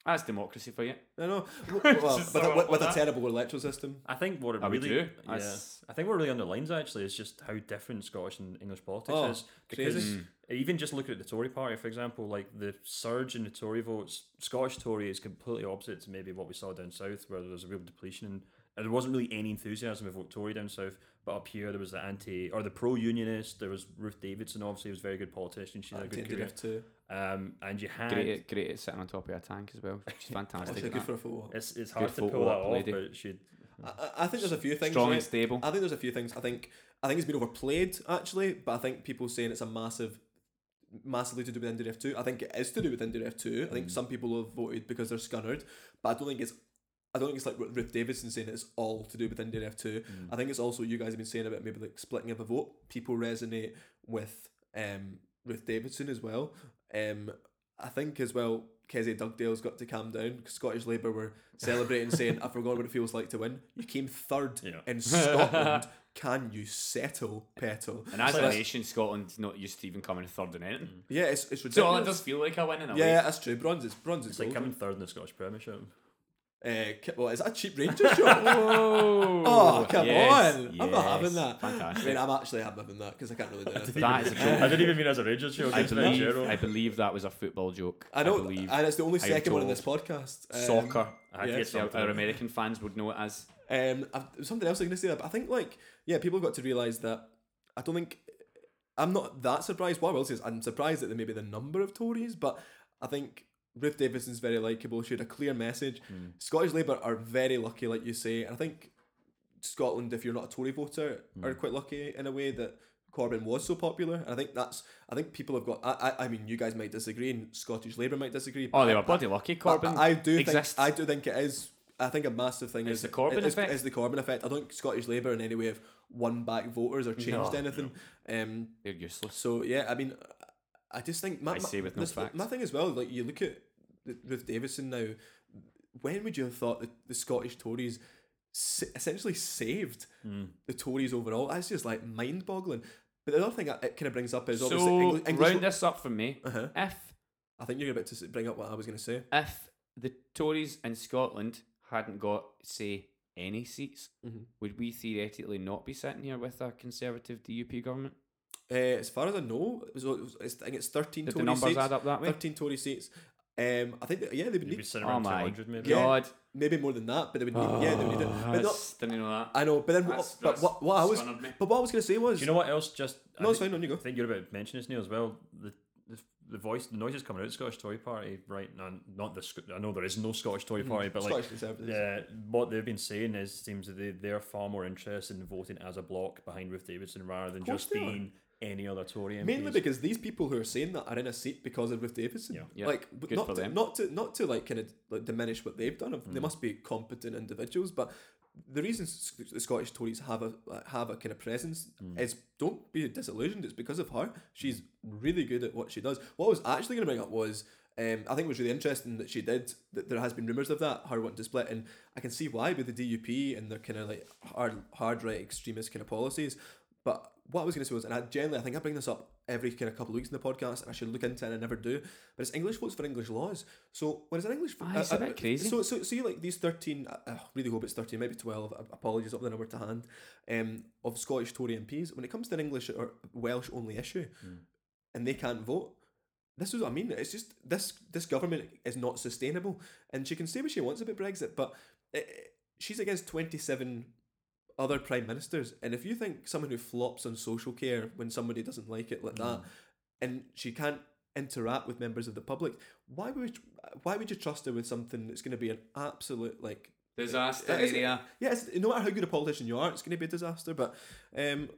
that's democracy for you.
I know. Well,
Just
with,
so
a, with, with a
that.
terrible electoral system.
I think what it
Oh, we
really,
do?
yeah,
That's-
I think what really underlines actually is just how different Scottish and English politics
Oh,
is. Because
crazy.
it's- even just look at the Tory party, for example, like the surge in the Tory votes, Scottish Tory is completely opposite to maybe what we saw down south, where there was a real depletion and, and there wasn't really any enthusiasm of vote Tory down south. But up here, there was the anti or the pro-unionist. There was Ruth Davidson, obviously, was a very good politician. She's had a good
Tended
career.
it to.
Um, and you had
Great, at, great at sitting on top of a tank as well. She's fantastic.
Actually,
at
good
that.
for a photo. op.
it's it's hard
Good
to pull that
photo op
off,
lady.
but she
I, I- I think there's a few things.
Strong
right? Uh,
and stable.
I think there's a few things. I think I think it's been overplayed actually, but I think people saying it's a massive, massively to do with NDRF two. I think it is to do with NDRF two.
Mm.
I think some people have voted because they're scunnered, but I don't think it's. I don't think it's like what Ruth Davidson saying it's all to do with NDRF two.
Mm.
I think it's also what you guys have been saying about maybe like splitting up a vote. People resonate with um Ruth Davidson as well. Um, I think as well. Kezia Dugdale's got to calm down 'cause Scottish Labour were celebrating, saying, "I forgot what it feels like to win." You came third
Yeah.
in Scotland. Can you settle, Petal?
And as
So
a
that's- Mm.
nation, Scotland's not used to even coming third in anything.
yeah, it's, it's ridiculous.
So all it does feel like a win in a
yeah,
way.
yeah, that's true. Bronze is bronze is
uh, it's like
gold.
coming third in the Scottish Premiership.
Uh, ki- well, is that a cheap Rangers job?
Oh,
oh, come
yes,
on! I'm not having
yes.
that. I
Fantastic.
mean, I'm actually I'm having that because I can't really do anything.
That is a
I
joke.
didn't even mean as a Rangers show.
I
I
believe,
general.
I believe that was a football joke.
I um, know,
believe.
and it's the only
I'm
second one in this
told.
podcast. Um,
Soccer.
I
Yeah.
get
Our,
something.
our American fans would know it as.
Um, I've, there's something else I'm going to say, but I think like yeah, people have got to realise that I don't think I'm not that surprised. What I will say is I'm surprised at the maybe the number of Tories, but I think Ruth Davidson's very likable. She had a clear message. Scottish Labour are very lucky, like you say, and I think Scotland, if you're not a Tory voter, are quite lucky in a way that Corbyn was so popular. And I think that's I think people have got. I I, I mean, you guys might disagree, and Scottish Labour might disagree.
Oh, they
but
were bloody lucky. Corbyn
I, I do
exists.
think I do think it is. I think a massive thing is
the Corbyn
is,
effect?
Is the Corbyn effect? I don't think Scottish Labour in any way have won back voters or changed
No,
anything. Um,
They're useless.
so yeah, I mean, I just think my,
I
my-
say with no
this-
facts.
My thing as well, like you look at th- with Davison now. When would you have thought that the Scottish Tories s- essentially saved
Hmm.
the Tories overall? That's just like mind-boggling. But the other thing that it kind of brings up is obviously
So
Engli- English.
round this up for me.
Uh-huh.
If
I think you're about to s- bring up what I was going to say.
if the Tories in Scotland hadn't got say any seats,
Mm-hmm.
would we theoretically not be sitting here with a conservative DUP government?
Uh, as far as I know, it was, it was- it's, I think it's thirteen
Did the
Tory
numbers
seats.
add up that way?
Thirteen Tory seats. Um, I think that, yeah, they would
You'd be
need
sitting
Oh
around
my
200 maybe.
god! Ah,
maybe more than that, but they would need yeah they would need it. But not,
Oh, That's- didn't know that.
I know, but then what-
That's-
but
that's
what, what I was
dishonored me.
but what I was going to say was
Do you know what else? Just
no,
I
it's
think,
fine. On you go.
I think you're about to mention this Neil as well. The, the the voice, the noises coming out of the Scottish Tory Party right now. Not the Sc- I know there is no Scottish Tory Party, but like
Hmm. Scottish Conservatives.
yeah, what they've been saying is seems that they they're far more interested in voting as a bloc behind Ruth Davidson rather than
course
just
they are.
being any other Tory MPs.
Mainly because these people who are saying that are in a seat because of Ruth Davidson.
Yeah.
Yeah.
Like w-
Good
not
for
to,
them. Mm.
not to not to like kind of like diminish what they've done. They must be competent individuals, but the reason S- the Scottish Tories have a have a kind of presence
Mm.
is don't be disillusioned. It's because of her. She's really good at what she does. What I was actually going to bring up was. Um, I think it was really interesting that she did. That there has been rumours of that her wanting to split, and I can see why with the DUP and their kind of like hard, hard right extremist kind of policies. But what I was going to say was, and I generally, I think I bring this up every kind of couple of weeks in the podcast, and I should look into it, and I never do. But it's English votes for English laws. So when it's an English,
Aye, it's a
uh, uh,
bit crazy.
So so so you like these thirteen. I, I really hope it's thirteen, maybe twelve. uh, Apologies up the number to hand. Um, of Scottish Tory MPs when it comes to an English or Welsh only issue, and they can't vote. This is what I mean. It's just this this government is not sustainable, and she can say what she wants about Brexit, but it, it- she's against twenty seven other prime ministers. And if you think someone who flops on social care when somebody doesn't like it like
Mm.
that, and she can't interact with members of the public, why would why would you trust her with something that's going to be an absolute like
Disaster
it's-
area.
Yeah, it's, no matter how good a politician you are, it's going to be a disaster. But um,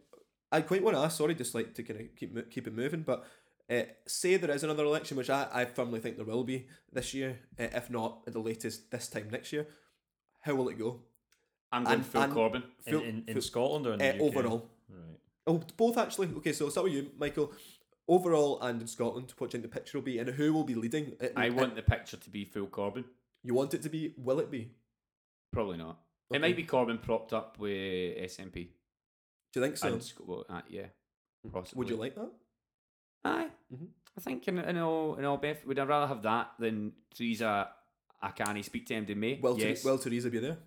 I quite want to ask. Sorry, just like to kind of keep mo- keep it moving, but. Uh, say there is another election, which I, I firmly think there will be this year, uh, if not at the latest this time next year. How will it go?
I'm going
and-
Phil
and-
Corbyn.
in,
Phil-
in, in
Phil-
Scotland or in
uh,
the UK?
overall,
Right.
Oh, both actually. Okay, so I'll start with you, Michael. Overall and in Scotland, what do you think the picture will be and who will be leading? It-
I
it-
want the picture to be Phil Corbyn.
You want it to be? Will it be?
Probably not.
Okay.
It might be Corbyn propped up with SNP.
Do you think so? Mm-hmm.
And Sc- well, uh, yeah, possibly.
Would you like that?
Aye.
Mhm.
I think in, in all in all, Beth, would I rather have that than Theresa? I can't speak to MD May.
Will,
yes.
Ther- will Theresa be there?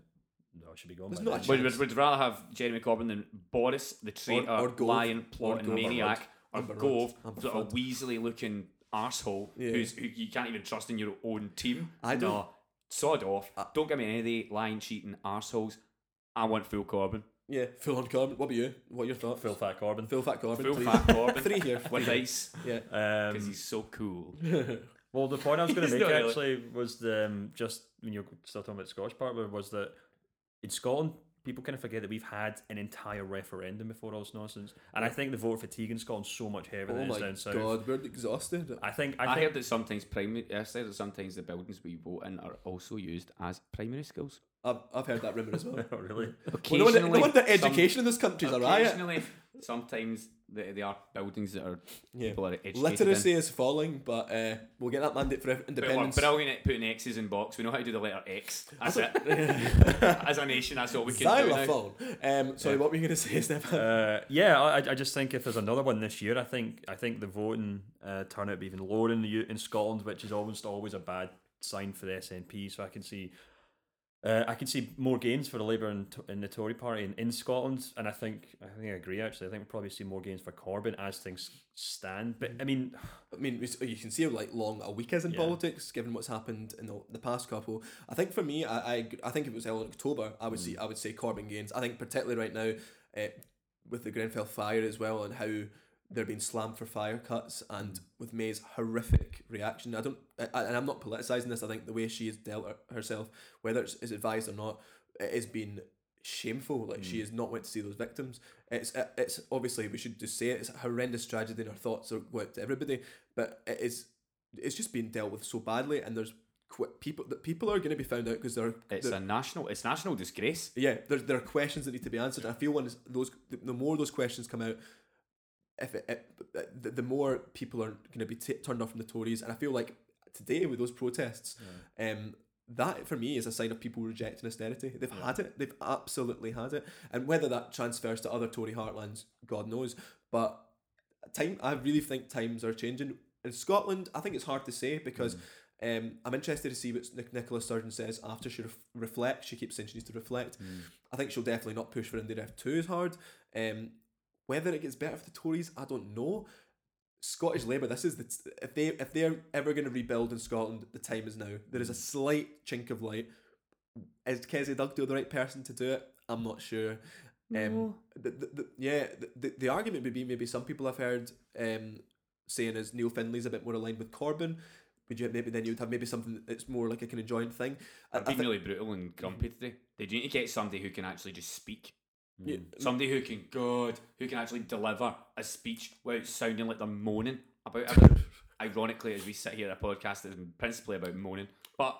No, I should be gone.
There's
by
not
then.
a
would, would, would rather have Jeremy Corbyn than Boris, the traitor,
or Gove,
lion,
or
plotting
Gove,
maniac, or
Amber Rudd,
Gove,
Amber
sort of
Rudd.
weaselly looking arsehole
Yeah.
who's, who you can't even trust in your own team.
I don't-
No, sod off. don't give me any of the lying, cheating arseholes. I want Phil Corbyn.
Yeah, full on Corbyn. What about you? What are your thoughts?
Phil Fat Corbyn.
Phil Fat Corbyn.
Phil
please.
Fat Corbyn.
Three here.
With ice.
Yeah.
Because
Um,
he's so cool.
well, the point I was going
He's
to make
not really-
actually was the um, just when you're still talking about the Scottish part, where was that in Scotland people kind of forget that we've had an entire referendum before all this nonsense, and I think the voter fatigue in Scotland's so much heavier
Oh
than it's
my
down south.
God, we're exhausted.
I think I,
I,
think
heard that sometimes primary. I said that sometimes the buildings we vote in are also used as primary schools.
I've, I've heard that rumour as well.
not really.
Well, no wonder, no
Occasionally,
wonder
some-
education in this country is a riot.
Occasionally, sometimes they, they are buildings that are
Yeah.
people are educated
Literacy
in.
is falling, but uh, we'll get that mandate for
But we're
independence.
brilliant at putting X's in box. We know how to do the letter X. That's it. As a nation, that's all we can do. Now.
Xylophone. Um, sorry,
Yeah.
what were you going to say, Stefan?
Uh, yeah, I, I just think if there's another one this year, I think I think the voting uh, turnout would be even lower in the U- in Scotland, which is almost always a bad sign for the SNP. So I can see, uh, I can see more gains for the Labour and, T- and the Tory party in, in Scotland, and I think I think I agree actually. I think we'll probably see more gains for Corbyn as things stand. But I mean,
I mean, it's- you can see how like long a week is in
Yeah.
politics, given what's happened in the, the past couple. I think for me, I, I, I think if it was held in October, I would see I would say Corbyn gains. I think particularly right now, uh, with the Grenfell fire as well, and how they're being slammed for fire cuts, and with May's horrific reaction. I don't, I, I- and I'm not politicising this. I think the way she has dealt her- herself, whether it's is advised or not, it has been shameful. Like she has not went to see those victims. It's it- it's obviously we should just say it, it's a horrendous tragedy, and our thoughts are with to everybody. But it is it's just been dealt with so badly, and there's qu- people that people are going to be found out because they're
It's a national. It's national disgrace.
yeah, there, there are questions that need to be answered. I feel when those the more those questions come out, if it, it, the, the more people are going to be t- turned off from the Tories, and I feel like today with those protests, um, that for me is a sign of people rejecting austerity. They've had it. They've absolutely had it. And whether that transfers to other Tory heartlands, God knows. But time, I really think times are changing. In Scotland, I think it's hard to say because. Um, I'm interested to see what Nic- Nicola Sturgeon says after she ref- reflects. She keeps saying she needs to reflect. I think she'll definitely not push for India F2 as hard. Um, whether it gets better for the Tories, I don't know. Scottish Labour, this is the t- if they if they're ever going to rebuild in Scotland, the time is now. There is a slight chink of light. Is Kezia Dugdale the right person to do it? I'm not sure. Um, the, the, the, yeah, the- the, the argument would be maybe some people I've heard um, saying is Neil Findlay's a bit more aligned with Corbyn. Would you maybe then you'd have maybe something that's more like a kind of joint thing? I, I
Being
thi- Mm-hmm.
really brutal and grumpy today. They do need to get somebody who can actually just speak.
Yeah.
Somebody who can God, who can actually deliver a speech without sounding like they're moaning about everything. Ironically, as we sit here at a podcast that's principally about moaning, but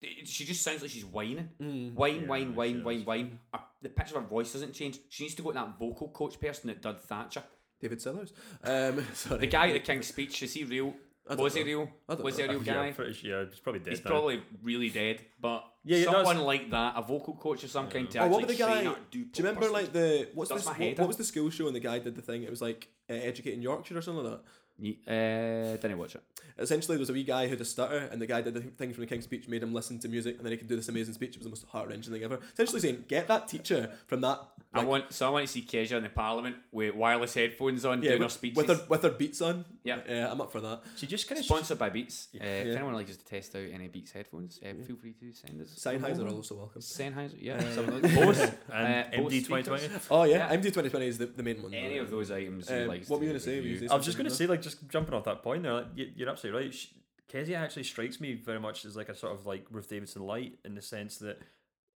it- she just sounds like she's whining,
Mm.
whine, whine, whine, whine, whine. Her- The pitch of her voice doesn't change. She needs to go to that vocal coach person that did Thatcher.
David Sellers. Um, sorry.
The guy at the King's Speech is he real?
don't
Was he
know.
real?
I don't
Was he a
know.
real
Yeah,
guy?
I'm pretty sure. Yeah, he's probably dead.
He's
now.
probably really dead, but
Yeah, yeah,
someone
that's-
like that, a vocal coach of some kind, to
Oh,
actually
what were the guy?
train
Do
or do
you remember like the what's
That's
this,
my
what,
head
what
up.
was the school show and the guy did the thing? It was like uh, educating Yorkshire or something like that.
Uh, didn't watch it.
Essentially, there was a wee guy who had a stutter, and the guy did the thing from the King's Speech, made him listen to music, and then he could do this amazing speech. It was the most heart wrenching thing ever. Essentially, saying get that teacher from that.
I
like,
want so I want to see Kezia in the Parliament with wireless headphones on
yeah,
doing her
with,
speeches.
with her with her beats on.
Yeah.
yeah, I'm up for that.
She just kind of
Sponsored by Beats. Uh, If anyone likes us to test out any Beats headphones, uh, feel free to send us.
Sennheiser Uh, are also welcome.
Sennheiser, yeah. some of those. Bose,
and
uh, Bose
MD twenty twenty.
speakers.
Oh yeah, MD twenty twenty is the, the main one.
Any of those items.
Um,
you like
what were you
to
gonna say? Were you
review.
gonna
I was just
something
going to say, like, just jumping off that point there, like, you, you're absolutely right. She, Kezia actually strikes me very much as like a sort of like Ruth Davidson light in the sense that,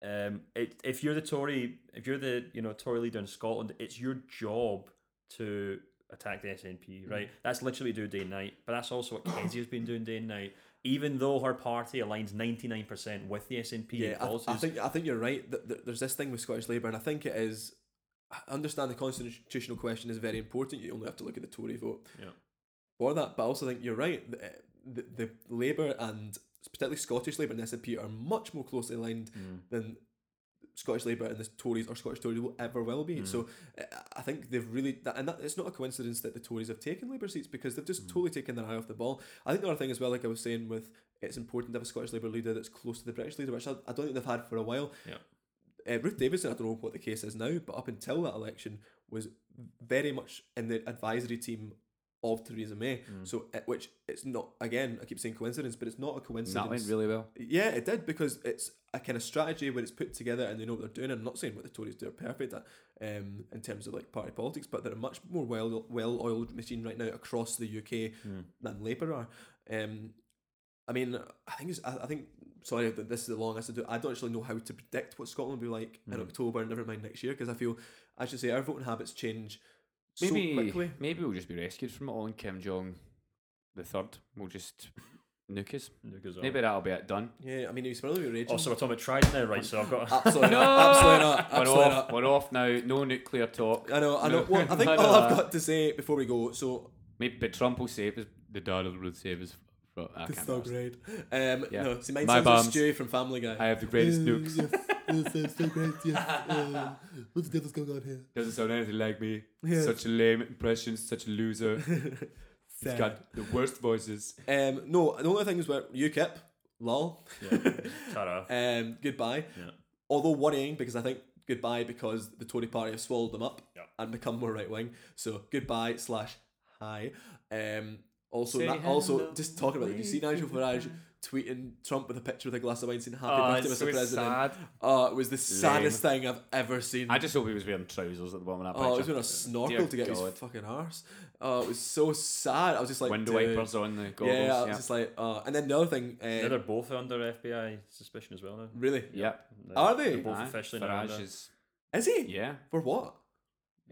um, it, if you're the Tory, if you're the you know Tory leader in Scotland, it's your job to attack the
Mm-hmm.
SNP, right? That's literally what you do day and night. But that's also what Kezia's been doing day and night. Even though her party aligns ninety nine percent with the SNP
Yeah,
and
I,
policies,
I think I think you're right. That that there's this thing with Scottish Labour, and I think it is. I understand the constitutional question is very important. You only have to look at the Tory vote
Yeah.
for that. But I also think you're right. The, the, the Labour and particularly Scottish Labour and SNP are much more closely aligned than Scottish Labour and the Tories or Scottish Tories will ever will be. So uh, I think they've really that, and that, it's not a coincidence that the Tories have taken Labour seats because they've just totally taken their eye off the ball. I think the other thing as well, like I was saying, with it's important to have a Scottish Labour leader that's close to the British leader, which I, I don't think they've had for a while.
Yeah.
Uh, Ruth Davidson, I don't know what the case is now, but up until that election was very much in the advisory team of Theresa May. So, uh, which it's not again, I keep saying coincidence, but it's not a coincidence.
That went really well.
Yeah, it did because it's a kind of strategy where it's put together and they know what they're doing. I'm not saying what the Tories do are perfect at, um, in terms of like party politics, but they're a much more well well oiled machine right now across the UK than Labour are. Um, I mean, I think it's, I, I think sorry that this is the long answer to do. I don't actually know how to predict what Scotland will be like in October, never mind next year, because I feel I should say our voting habits change
Maybe,
so quickly.
maybe we'll just be rescued from it all and Kim Jong the third will just nuke us.
Because, uh,
Maybe that'll be it done.
Yeah, I mean, he's probably raging.
Also, we're talking about tries now, right? So I've got.
absolutely, not, absolutely not.
We're
Absolutely not.
off. We're off now. No nuclear talk.
I know, I know.
No.
Well, I think
I
all
know
I've
that.
got to say before we go. So
Maybe, but Trump will save us. The dad would save us. From, I, can't
thug
remember.
raid. Um,
Yeah.
no, see, mine
My
sounds like
bombs.
Stewie from Family Guy.
I have the greatest nukes.
what the devil's going on here?
Doesn't sound anything like me. Such a lame impression. Such a loser. He's got the worst voices.
Um, no, the only thing is where UKIP, lol,
Ta-ra.
um, goodbye.
Yeah.
Although worrying because I think goodbye because the Tory party have swallowed them up
Yeah.
and become more right wing. So goodbye slash hi. Um, also,
Say
that, also
hello,
just talking about it. You see Nigel Farage tweeting Trump with a picture with a glass of wine saying "Happy
Oh,
birthday, Mr. President." Oh, it was the saddest thing I've ever seen.
I just hope he was wearing trousers at the bottom of that
oh, he was
picture.
wearing a snorkel
Dear
to get
God.
his fucking arse. Oh, it was so sad. I was just like,
Window
dude.
wipers on the
Yeah,
goggles.
I was just like, oh. And then the other thing,
Yeah,
uh,
they're both under FBI suspicion as well now.
really,
Yep.
They're-
Are they?
They're both
Aye,
officially now
Farage
under-
is.
is he?
Yeah.
For what?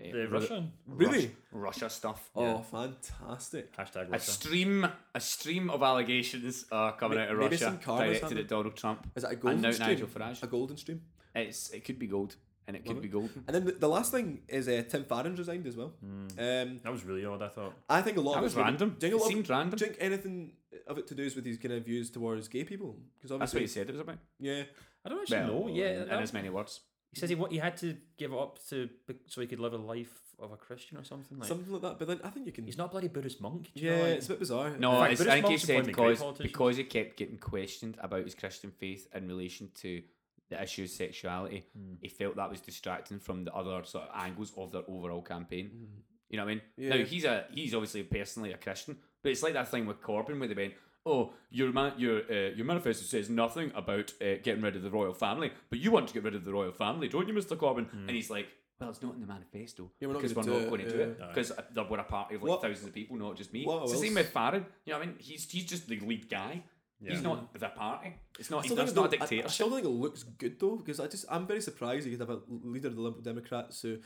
Eh,
The
Ru-
Russian.
Really?
Rush- Russia stuff.
Oh, fantastic.
Hashtag
A
Russia.
stream, a stream of allegations are coming
Ma-
out of
maybe
Russia
some karma's
directed
happening.
at Donald Trump
Is that a golden
and now
stream?
Nigel Farage.
A golden stream?
It's it could be gold. and it could be golden.
And then the, the last thing is uh, Tim Farron's resigned as well. Um,
That was really odd. I thought.
I think a
Hmm.
lot
That
of
was
it's really-
random.
Do you
It
think a lot of-
seemed random.
do you think anything of it to do is with his kind of views towards gay people? Because
That's what
obviously,
he said it was about.
yeah,
I don't actually know. Yeah,
in, in
that-
as many words.
he says he what he had to give it up to be- so he could live a life of a Christian or something. Like
something like that. But then I think you can.
he's not a bloody Buddhist monk. do you
yeah,
know, like-
it's a bit bizarre.
No,
fact,
it's,
Buddhist
I think he
monks are
said
probably great
because,
politicians.
because he kept getting questioned about his Christian faith in relation to the issue of sexuality,
Hmm.
he felt that was distracting from the other sort of angles of their overall campaign. You know what I mean? Now
Hmm. Yeah.
he's a he's obviously personally a Christian, but it's like that thing with Corbyn where they went, "Oh, your ma- your uh, your manifesto says nothing about uh, getting rid of the royal family, but you want to get rid of the royal family, don't you, Mister Corbyn?" And he's like. Well, it's not in the manifesto
Hmm. Yeah, we're not
because we're
gonna
not
do
going
it,
to do
yeah.
it because uh, there were a party of like
What-
thousands of people, not just me.
What
it's the same
else?
with Farron. You know what I mean? He's he's just the lead guy. He's not the party. It's not.
I
He's
still
not, it's
think
not a
it look- I, I
dictatorship.
still think it looks good though, because I just I'm very surprised you could have a leader of the Liberal Democrats who.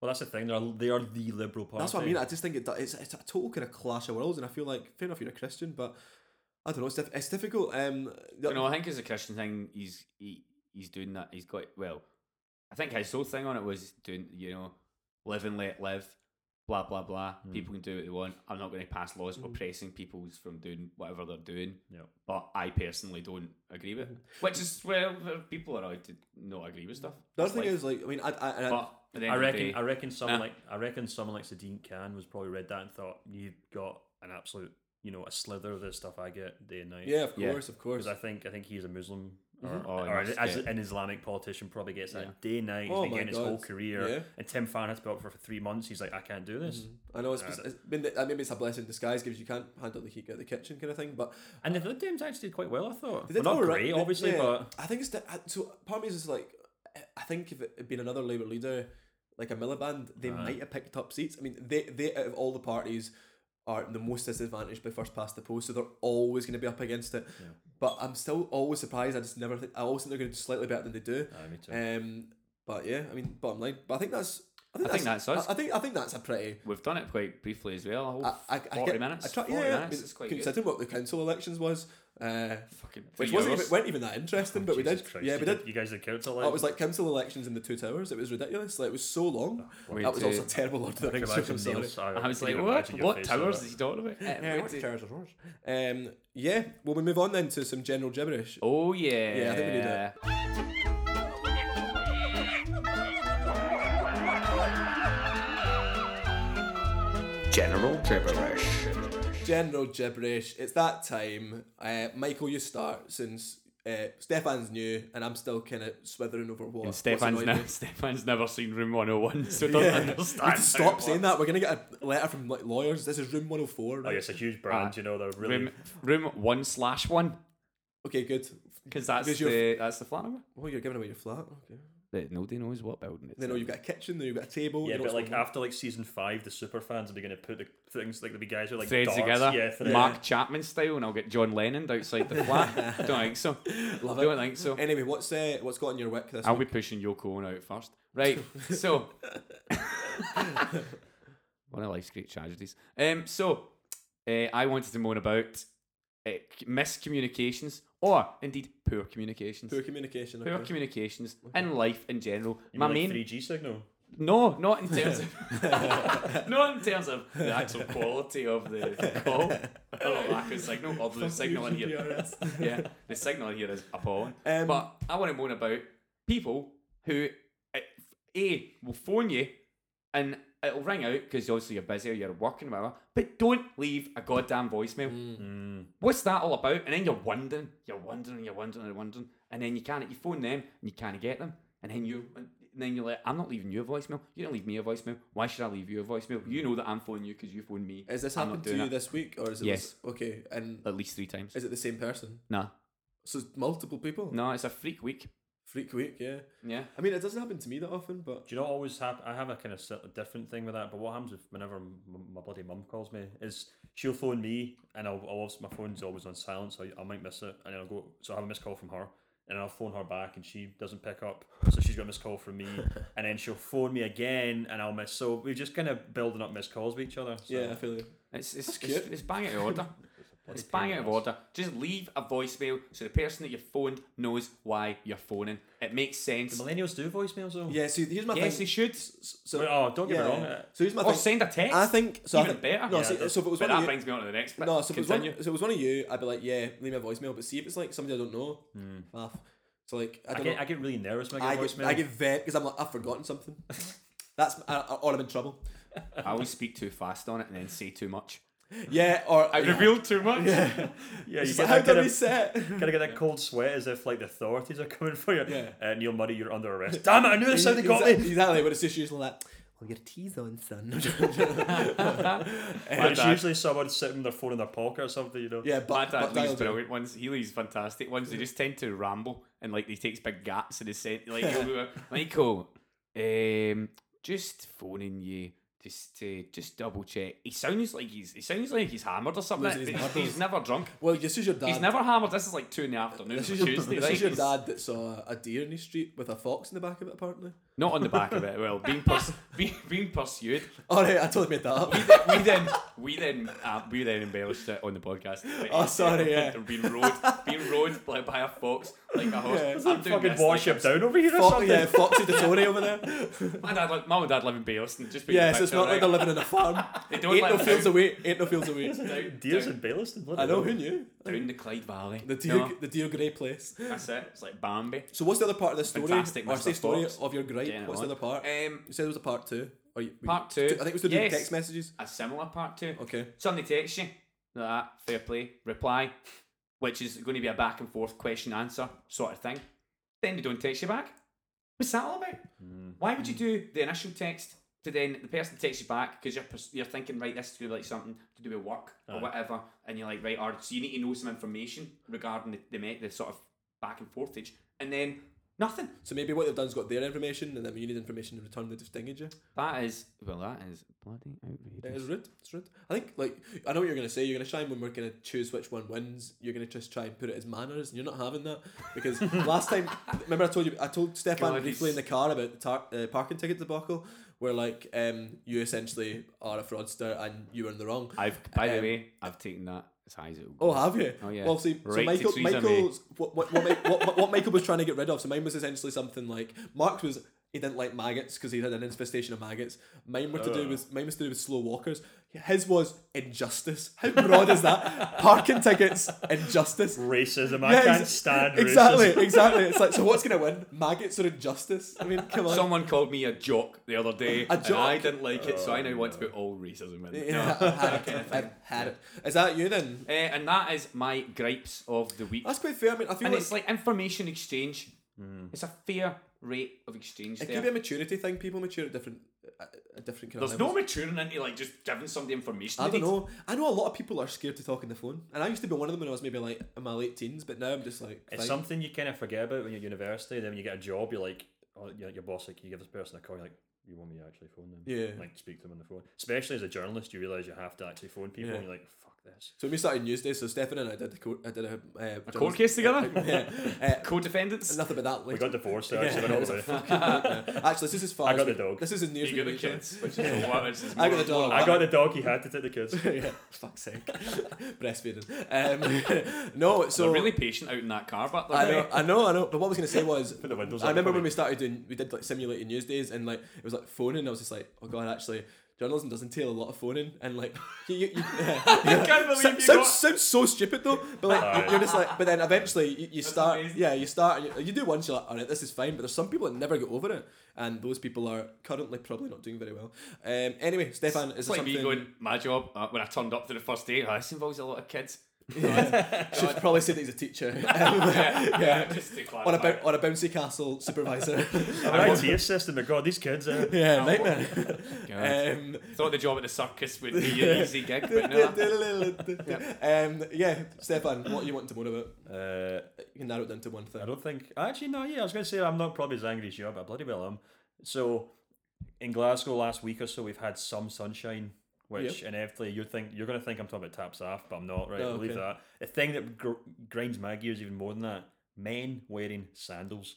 Well, that's the thing. They're they are the liberal party.
That's what I mean. I just think it, do- it's it's a total kind of clash of worlds, and I feel like fair enough you're a Christian, but I don't know. It's, diff- it's difficult. Um, the-
you know, I think it's a Christian thing. He's he, he's doing that. He's got well. I think his whole thing on it was doing you know, live and let live, blah blah blah.
Hmm.
People can do what they want. I'm not going to pass laws oppressing people from doing whatever they're doing.
Yep.
But I personally don't agree with, it. which is well, people are allowed to not agree with stuff.
Hmm. the other
That's
thing
life.
is like I mean I I, and I,
but at the end
I
of the
reckon.
day-
I reckon someone
Nah.
like I reckon someone like Sadine Khan was probably read that and thought you've got an absolute you know a slither of this stuff I get day and night.
yeah, of
Yeah.
course, of course.
because I think I think he's a Muslim or,
Oh, he
or
must
as
get-
an Islamic politician probably gets that day and night. He's
Oh
been
my
getting his
God,
whole
it's-
career,
yeah.
and Tim Farron has to be up for, for three months. He's like, I can't do this.
Mm-hmm.
I know it's, it's I mean, that- maybe it's a blessing in disguise because you can't handle the heat out of the kitchen kind of thing, but
And the Lib Dems actually did quite well, I thought.
They
Well,
did
not
all right.
great,
They-
obviously,
yeah.
but
I think it's di- I- so. Part of me is just like, I- I think if it had been another Labour leader, like a Miliband, they might have picked up seats. I mean, they they out of all the parties are the most disadvantaged by first past the post, so they're always going to be up against it. But I'm still always surprised. I just never think. I always think they're going to do slightly better than they do.
Aye, me too.
Um, but yeah, I mean, bottom line. But I think that's. I think,
I think that's us.
I, I think I think that's a pretty.
We've done it quite briefly as well. a whole
I, I, I
40
get-
minutes.
I try,
40
yeah,
minutes.
yeah,
It's quite good.
considering what the council elections was, uh,
Fucking
which
three
wasn't
hours.
even, weren't even that interesting, but we
Jesus
did.
Christ,
yeah,
you
we did.
You guys did council
Oh, it was like council elections in the two towers. It was ridiculous. Like it was so long.
Ah,
Wait
that was
to-
also a terrible Lord of the
Can you
Rings. so
imagine
I'm sorry.
Neil's- I
I was
couldn't
like,
even
what?
imagine your
What
face
towers
over
is he talking about? Uh,
Yeah,
wait
what
to-
towers are ours? Um, yeah. Well, we move on then to some general gibberish.
oh yeah.
Yeah, I think we need that.
General gibberish.
General gibberish. It's that time. Uh, Michael, you start since uh, Stefan's new and I'm still kind of swithering over what.
And
what's
Stefan's,
annoyed
ne-
me.
Stefan's never seen Room 101, so don't
Yeah.
understand.
We need to
how it
stop
works.
saying that. We're gonna get a letter from like lawyers. This is room 104.
Oh,
Right?
yeah, it's a huge brand, you know, they're really.
Room, room one slash one,
Okay, good.
because that's
Because you're-
the that's the flat number.
Oh, you're giving away your flat. Okay.
nobody knows what building it's.
They know you've got a kitchen. They know you've got a table.
yeah,
they know
but
what's
like
going on.
after like season five, the super fans are going to put the things like the guys are like
Threads
darts,
together,
Yeah, thread.
Mark Chapman style, and I'll get John Lennon outside the flat. I don't think so.
Love
don't
it.
think so.
Anyway, what's uh, what's got on your wick this
I'll be pushing Yoko Ono out first. Right, so. One of life's great tragedies. Um, so, uh, I wanted to moan about uh, miscommunications or indeed poor communications.
Poor communication.
Poor
okay.
communications in life in general.
You
My
mean,
main.
like 3G signal.
No, not in terms of. not in terms of the actual quality of the call. Or the lack of signal, although the signal in here yeah, the signal here is appalling.
Um,
but I want to moan about people who, uh, A, will phone you and it'll ring out because obviously you're busy or you're working or whatever, but don't leave a goddamn voicemail. What's that all about? And then you're wondering, you're wondering, you're wondering, you're wondering, and then you can't, you phone them and you can't get them. And then you, and then you're like, I'm not leaving you a voicemail. You don't leave me a voicemail. Why should I leave you a voicemail? You know that I'm phoning you because you phoned me.
Has this
I'm not
happened to
doing
you
it.
this week, or is it?
Yes.
okay, and
At least three times.
is it the same person?
Nah.
So it's multiple people.
No, it's a freak week.
Freak week, yeah.
Yeah.
I mean, it doesn't happen to me that often, but
Do you know what always happen? I have a kind of si- different thing with that, but what happens if whenever m- my bloody mum calls me is she'll phone me and I'll, I'll obviously, my phone's always on silent, so I, I might miss it, and I'll go. So I have a missed call from her, and I'll phone her back, and she doesn't pick up, so she's got a missed call from me, and then she'll phone me again, and I'll miss. So we're just kind of building up missed calls with each other. So.
yeah, I feel you.
It's it's,
cute.
it's, it's bang out of order. Let's bang out of order. Just leave a voicemail so the person that you phoned knows why you're phoning. It makes sense.
Millennials do voicemails though.
Yeah, so here's my
Yes,
thing.
they should.
So,
Wait, oh, don't get me wrong, uh,
So here's my
Or
thing.
send a text.
I think
oh,
so.
Even
I think,
better.
No,
Yeah,
so,
that's-
so if it was
But
one
that
of you,
brings me on to the next bit.
no, so if, it was one,
Continue.
so if it was one of you, I'd be like, yeah, leave me a voicemail. But see if it's like somebody I don't know, faff. So like, I
I
don't
get,
know.
I get really nervous when I
I
get
get,
voicemail.
I get vet because I'm like, I've forgotten something. That's I, I, or I'm in trouble.
I always speak too fast on it and then say too much.
Yeah, or
I revealed too much.
yeah, you
It's like,
get
how
that
do
kind
we
of,
set?
kind of get that cold sweat as if like the authorities are coming for you.
Yeah.
Uh, Neil Murray, you're under arrest. Damn it! I knew that's how they got
exactly,
me.
Exactly, but it's just usually like, well, your tea's on, son.
But it's
bad.
usually someone sitting with their phone in their pocket or something, you know.
yeah,
My
but,
dad
but
leaves
that'll do.
brilliant ones. He leaves fantastic ones. They just tend to ramble and like he takes big gaps in his sentence. Like he'll be like, Michael, um, just phoning you. Just to just double check. He sounds like he's he sounds like he's hammered or something.
Losing his
He's,
marbles.
he's never drunk.
Well, this is your dad.
He's never hammered. This is like two in the afternoon.
This
on
is
a
your,
Tuesday,
this
like,
is your
he's
dad that saw a deer in the street with a fox in the back of it, apparently.
Not on the back of it. Well, being pers- being, being pursued.
All right, Oh, I totally made that up.
We then we then uh, we then embellished it on the podcast.
Oh, sorry, yeah.
being rode being rode by, by a fox like a horse.
Yeah.
I'm doing
Fucking
this,
wash
like,
him down over here or
Fox,
something.
yeah, Foxy the Tory over there.
My dad, like, mum and dad live in Bayliston. Just put your
Yeah, so it's
picture,
not like
right?
they're living on a farm.
They don't
Ain't
let
no
them
fields
down,
away. Ain't no fields away.
down,
Deers
down,
in Bayliston. bloody
I know
hell.
who knew.
down the Clyde Valley.
The deer,
No,
the deer grey place.
that's it. It's like Bambi.
So what's the other part of the story?
Fantastic
or
Mr.
say story
Fox.
of your gripe.
Getting
What's
on.
the other part?
Um,
you said there was a part two. Or you,
Part two.
I think it was the
Yes.
text messages.
a similar part two.
Okay.
Somebody texts you, like that, fair play, reply, which is going to be a back and forth question answer sort of thing. Then they don't text you back. What's that all about? Why would you do the initial text to then the person texts you back because you're, pers- you're thinking, right, this is going to be like something to do with work or whatever, and you're like, right, or, so you need to know some information regarding the, the, me- the sort of back and forthage, and then nothing.
So maybe what they've done is got their information, and then when you need information in return, they just dinged you.
That is, well, that is bloody outrageous.
It is rude. It's rude. I think like I know what you're gonna say. You're gonna try and when we're gonna choose which one wins. You're gonna just try and put it as manners, and you're not having that because last time, remember I told you I told Stefan
God,
briefly in
he's-
the car about the tar- uh, parking ticket debacle, where like um you essentially are a fraudster and you were in the wrong.
I've, by the
Um,
way, I've taken that as high as it will go.
Oh, have you?
Oh, yeah.
Well, see, so
Right to
Michael,
Theresa
Michael's what what, what, Mi- what what Michael was trying to get rid of. So mine was essentially something like Mark's was he didn't like maggots because he had an infestation of maggots. Mine were to
Oh.
do with mine was to do with slow walkers. His was injustice. How broad is that? Parking tickets, injustice.
Racism. I
Yeah,
can't
ex-
stand
exactly,
racism.
exactly. It's like so. What's gonna win? Maggots or injustice? I mean, come on.
Someone called me a jock the other day, and
jock?
I didn't like it, so I now want to put all racism in.
yeah,
No.
I've had it. I've had it. Is that you then?
Eh, and that is my gripes of the week.
That's quite fair. I mean, I feel
and
like
it's like information exchange. It's a fair rate of exchange
it
there.
could be a maturity thing. People mature at different, at at different kind of
There's
levels.
no maturing into like just giving somebody information.
I
they
don't
need.
know. I know a lot of people are scared to talk on the phone, and I used to be one of them when I was maybe like in my late teens. But now I'm just like,
It's
fine.
something you kind of forget about when you're at university. Then when you get a job, you're like, oh, you know, your boss like, you give this person a call, you're like, you want me to actually phone them?
Yeah.
Like speak to them on the phone. Especially as a journalist, you realize you have to actually phone people,
Yeah.
and you're like, fuck this.
so when we started Newsday, so Stefan and I did the court, I did a, uh,
A court case together?
Yeah, uh,
Co-defendants?
enough about that.
We
Later.
got divorced. Yeah,
Yeah,
actually,
it
all
was
the
a
way.
fucking nightmare. Actually, this is far.
I
as
got
we-
the dog.
This is in news.
You got the
we did.
kids, which is what is
I got
more-
the dog.
I got the dog. He had to take the kids.
yeah, fuck's sake, breastfeeding. Um, no, so
They're really patient out in that car, but they're
I know,
very-
I know, I know. But what I was gonna say was,
Put the windows
I
up,
remember
buddy.
when we started doing, we did like simulating news days, and like it was like phoning. I was just like, oh god, actually, journalism does entail a lot of phoning, and like, you, you, you,
I can't believe
Sounds,
you got-
sounds, sounds so stupid though, but like
Aye.
you're just like. But then eventually you, you start,
amazing.
yeah, you start. You, you do once, you're like, all right, this is fine. But there's some people that never get over it, and those people are currently probably not doing very well. Um, anyway, Stefan,
It's
is
like
there something
me going, my job, uh, when I turned up to the first day, oh, this involves a lot of kids.
should probably say that he's a teacher, yeah,
Just to
on
clarify.
a bou- on a bouncy castle supervisor.
Our IT system. But God, these kids. Uh,
Yeah, nightmare. um,
Thought the job at the circus would be an easy gig, but no.
um, yeah, Stefan, what are you wanting to moan about?
uh,
You can narrow it down to one
I
thing.
don't think. Actually, no. Yeah, I was going to say I'm not probably as angry as you are, but I bloody well am. So, in Glasgow last week or so, we've had some sunshine, which inevitably you think you're going to think I'm talking about taps off, but I'm not. Right,
Oh,
believe
okay.
that. The thing that gr- grinds my gears even more than that: men wearing sandals.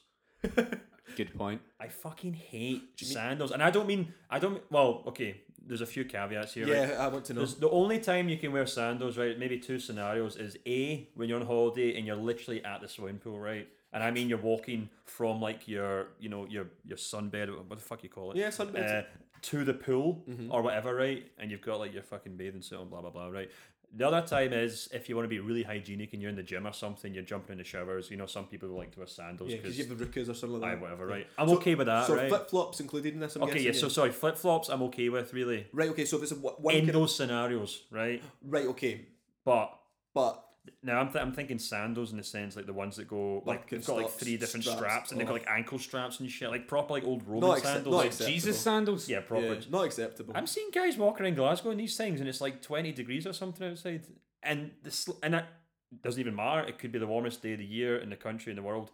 Good point.
I fucking hate sandals, and I don't mean I don't. Well, okay, there's a few caveats here. right?
Yeah, I want to know.
There's the only time you can wear sandals, right? Maybe two scenarios is A, when you're on holiday and you're literally at the swimming pool, right? And I mean you're walking from like your, you know, your your sunbed, what the fuck you call it?
Yeah, sunbed. Mm-hmm.
Uh, to the pool or whatever, right? And you've got like your fucking bathing suit on, blah blah blah, right? The other time is if you want to be really hygienic and you're in the gym or something, you're jumping in the showers. You know, some people like to wear sandals
Yeah, because you have the rookies or something like
aye,
that.
whatever, right? I'm okay with that,
so
right?
flip flops included in this. I'm
okay,
guessing,
yeah. So sorry, flip flops, I'm okay with really.
right, okay. So if it's a one, one
In
kind of-
those scenarios, right?
right, okay,
But
but
now I'm, th- I'm thinking sandals in the sense like the ones that go like
can
they've got like
stop
three different
straps
straps, and they've got
off.
like ankle straps and shit, like proper like old Roman
Not accept-
sandals.
not
like,
accept-
Jesus sandals.
yeah,
yeah,
proper.
not acceptable.
I'm seeing guys walking around Glasgow in these things, and it's like 20 degrees or something outside, and the sl- and that doesn't even matter. It could be the warmest day of the year in the country in the world,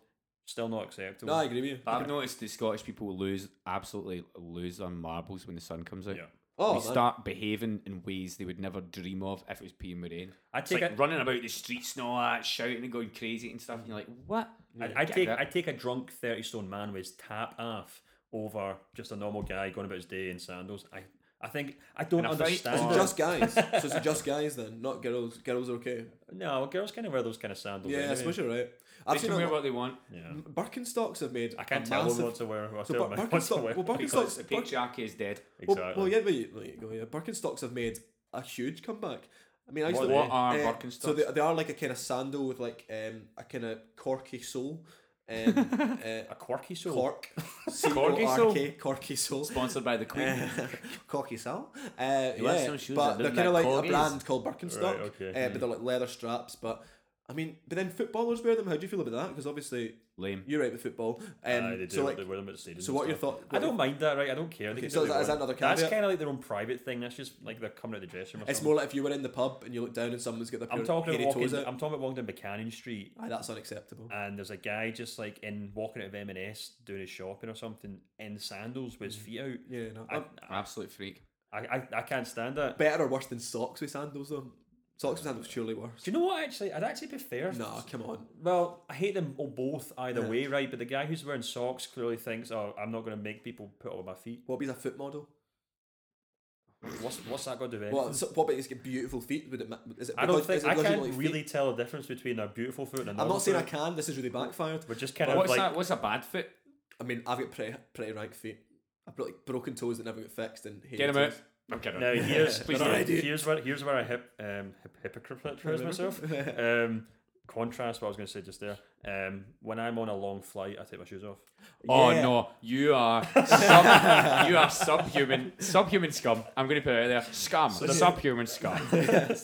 still not acceptable.
no, I agree with you.
I've noticed the Scottish people lose absolutely lose on marbles when the sun comes out.
Yeah.
Oh,
they
man.
start behaving in ways they would never dream of if it was peeing with rain.
I
It's
take
like
a-
running about the streets and all that, shouting and going crazy and stuff. And you're like, what?
I, I
Get
take
that.
I take a drunk thirty stone man with his tap off over just a normal guy going about his day in sandals. I I think I
In
don't
a fight
understand.
or-
it.
just guys. so it's just guys then, not girls. Girls are okay.
no, girls kind of wear those kind of sandals.
Yeah, I
anyway.
suppose you're right.
They
I've seen
can
a
wear
lot-
what they want.
Yeah.
Birkenstocks have made.
I can't
a
tell
massive...
them what to wear. I'll
So
tell
Bir-
them what to
Birkenstock-
wear.
well, Birkenstocks.
The
Bir-
pink jacket is dead.
exactly.
Well, well, yeah, there you, there you go. Yeah, Birkenstocks have made a huge comeback. I mean, I used
What-
to,
what are
eh,
Birkenstocks?
So they, they are like a kind of sandal with like um, a kind of corky sole. Um, uh,
A quirky soul.
cork.
Corky sole?
C-O-R-K, Corky sole.
Sponsored by the Queen.
Corky sole. Uh,
want
yeah,
some shoes
but
that
they're
look
kind of
like
like a
corgis?
brand called Birkenstock.
Right, okay.
Hmm.
uh, But they're like leather straps. But I mean, but then footballers wear them. How do you feel about that? Because obviously
Lame.
you're right with football. Um,
Aye, they do.
So like,
they wear them at the stadium.
so
and
what your
stuff.
thought?
I don't mind that, right? I don't care. They can
so
do
is
what
that-
they
is that
want.
another
That's
caveat?
kind of like their own private thing. That's just like they're coming out of the dressing room. Or
It's
something.
more like if you were in the pub and you look down and someone's got their
I'm
pure
talking
hairy
about
toes
walking.
out.
I'm talking about walking down Buchanan Street
Aye, that's unacceptable.
and there's a guy just like in walking out of M&S doing his shopping or something in sandals with his feet out.
Mm. Yeah, Um, no.
I,
Absolute freak.
I, I, I can't stand that.
Better or worse than socks with sandals though. Socks with sandals surely worse.
Do you know what? Actually, I'd actually prefer.
Nah, come on.
Well, I hate them all both either way, right? But the guy who's wearing socks clearly thinks, "Oh, I'm not going to make people put up with my feet."
What about a foot model?
What's what's that got to do? with
What?
anything?
So, what about he's got beautiful feet? Would it? ma- Is it
I don't
because-
think
is it
I can't
legitimately feet?
really tell the difference between a beautiful foot and a normal
I'm not saying I
foot.
can. This has really backfired.
We're just kind
But
of
what's
like
that? What's a bad foot?
I mean, I've got pretty pretty rank feet. I've got like broken toes that never get fixed and hairy
Get him out.
toes.
I'm kidding.
Now here's
Please
no, no,
don't.
idea.
here's where here's where I hip, um, hip, hypocritize myself. Um, contrast what I was going to say just there. Um, when I'm on a long flight, I take my shoes off.
Oh
Yeah.
no, you are sub, you are subhuman, subhuman scum. I'm going to put it out there, scum, subhuman scum.
so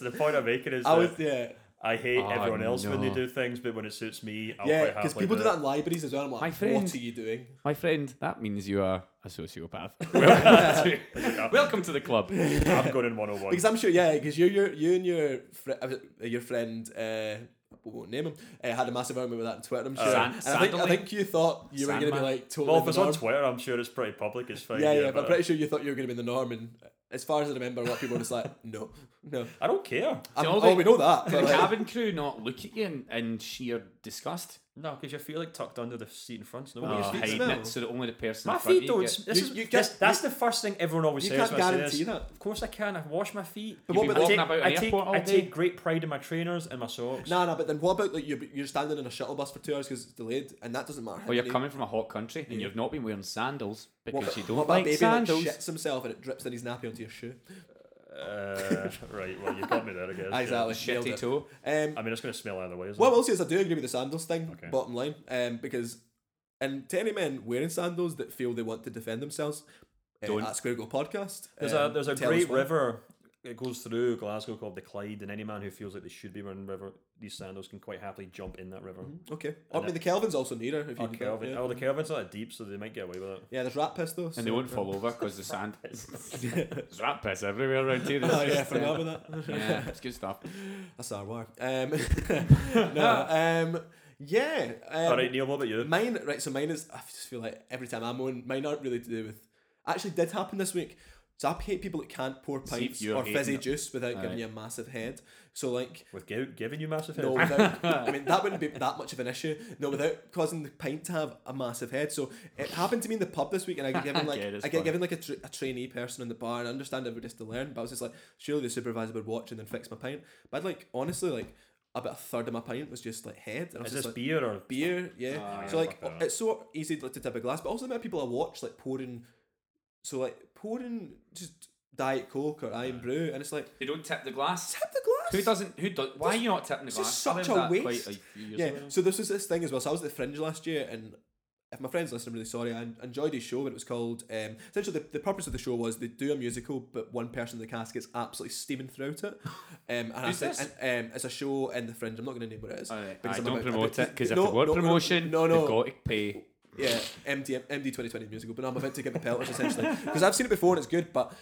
the point I'm making is
I
that
was yeah
I hate
Oh,
everyone else when they
no.
do things, but when it suits me, I'll
yeah
quite
because
happily
people do
do
that
it.
in libraries as well. I'm
My
like,
friend-
what are you doing?
My friend, that means you are a sociopath. Welcome to, welcome to the club.
I'm going in 101.
Because I'm sure, yeah, because you, your, you and your, fri uh, your friend, uh, we won't name him, uh, had a massive argument with that on Twitter. I'm sure.
Uh, San-
and I think, I
Sandally?
think you thought you were going to be
Sandman?
like totally.
Well,
the
if it's on
norm.
Twitter, I'm sure it's pretty public. It's fine.
yeah, yeah, but I'm pretty sure you thought you were going to be the norm. And as far as I remember, a lot of people were just like, no, no.
I don't care.
I'm,
all
oh,
the-
we know that.
Can
But
the
like,
cabin crew not look at you in, in sheer disgust?
No, because your feet are like tucked under the seat in front. So
Oh,
nobody
feet
hiding
smell?
it so that only the person
My
in front
feet
of you
don't.
gets-
sm- This
You-
is
you
this,
can't-
that's the first thing everyone always
you
says.
can't
when I say
guarantee
this.
that.
Of course I can. I wash my feet.
But what
You've
about
been
I
walking
take,
about
I,
an
take,
airport all
I
day.
take great pride in my trainers and my socks.
Nah, nah, but then what about like you're, you're standing in a shuttle bus for two hours because it's delayed and that doesn't matter. how
Or you're
many-
coming from a hot country and you've not been wearing sandals because
what,
you don't
what about
like
baby
sandals.
like shits himself and it drips in his nappy onto your shoe?
Uh, right, well, you got me there, I guess. yeah.
Exactly. nailed
Shitty
it.
toe.
Um,
I mean, it's going to smell either way, isn't
What I
it?
will say is I do agree with the sandals thing,
Okay.
bottom line, um, because, and to any men wearing sandals that feel they want to defend themselves, uh,
Don't.
at Square Go Podcast.
There's
um,
a, there's a
tell us
great
why.
river that goes through Glasgow called the Clyde, and any man who feels like they should be wearing river these sandals can quite happily jump in that river.
Okay. I mean, the Kelvin's also nearer. If you
Or
can
Kelvin.
Mm-hmm. Yeah.
Oh, the Kelvin's not that deep, so they might get away with it.
yeah, there's rat piss though.
And they won't fall over because the sand. There's rat piss everywhere around here.
Oh, yeah, I forgot about that.
yeah, it's good stuff.
That's our work. Um, no, um, yeah. Um,
All right, Neil, what about you?
Mine, right, so mine is, I just feel like every time I'm on, mine aren't really to do with, actually did happen this week, So I hate people that can't pour
See,
pints
you're
or fizzy
hating it.
juice without
Aye.
giving you a massive head. So like
Without giving you massive head.
no, without, I mean that wouldn't be that much of an issue. No, without causing the pint to have a massive head. So it happened to me in the pub this week, and I get given like
Yeah, that's
I get
funny.
given like a, tra- a trainee person in the bar, and I understand everybody's to learn, but I was just like, surely the supervisor would watch and then fix my pint. But I'd like honestly like about a third of my pint was just like head, and I was
Is
just
this
like,
beer or
beer, yeah.
Ah,
so
yeah,
like
fuck that.
it's so easy like, to tip a glass, but also the amount of people I watch like pouring, so like pouring just diet coke or iron brew, and it's like
They don't tip the glass.
tip the glass.
Who doesn't? Who does? Why are you not tipping the
This
glass?
is
I
such a
remember that
waste.
Quite a few years
yeah.
ago.
So this was this thing as well. So I was at the Fringe last year, and if my friends listen, I'm really sorry. I en- enjoyed his show, but it was called. Um, essentially, the, the purpose of the show was they do a musical, but one person in the cast gets absolutely steaming throughout it. Um, and I
Who's
said,
this?
and, um, it's a show in the Fringe. I'm not going to name what it is.
Alright,
because
aye,
I'm
don't
about-
promote
about-
it because if
No,
they want
no, no,
promotion,
no, no,
they've got to pay.
yeah, MD, MD 2020 musical, but no, I'm about to get the pelters essentially because I've seen it before and it's good. But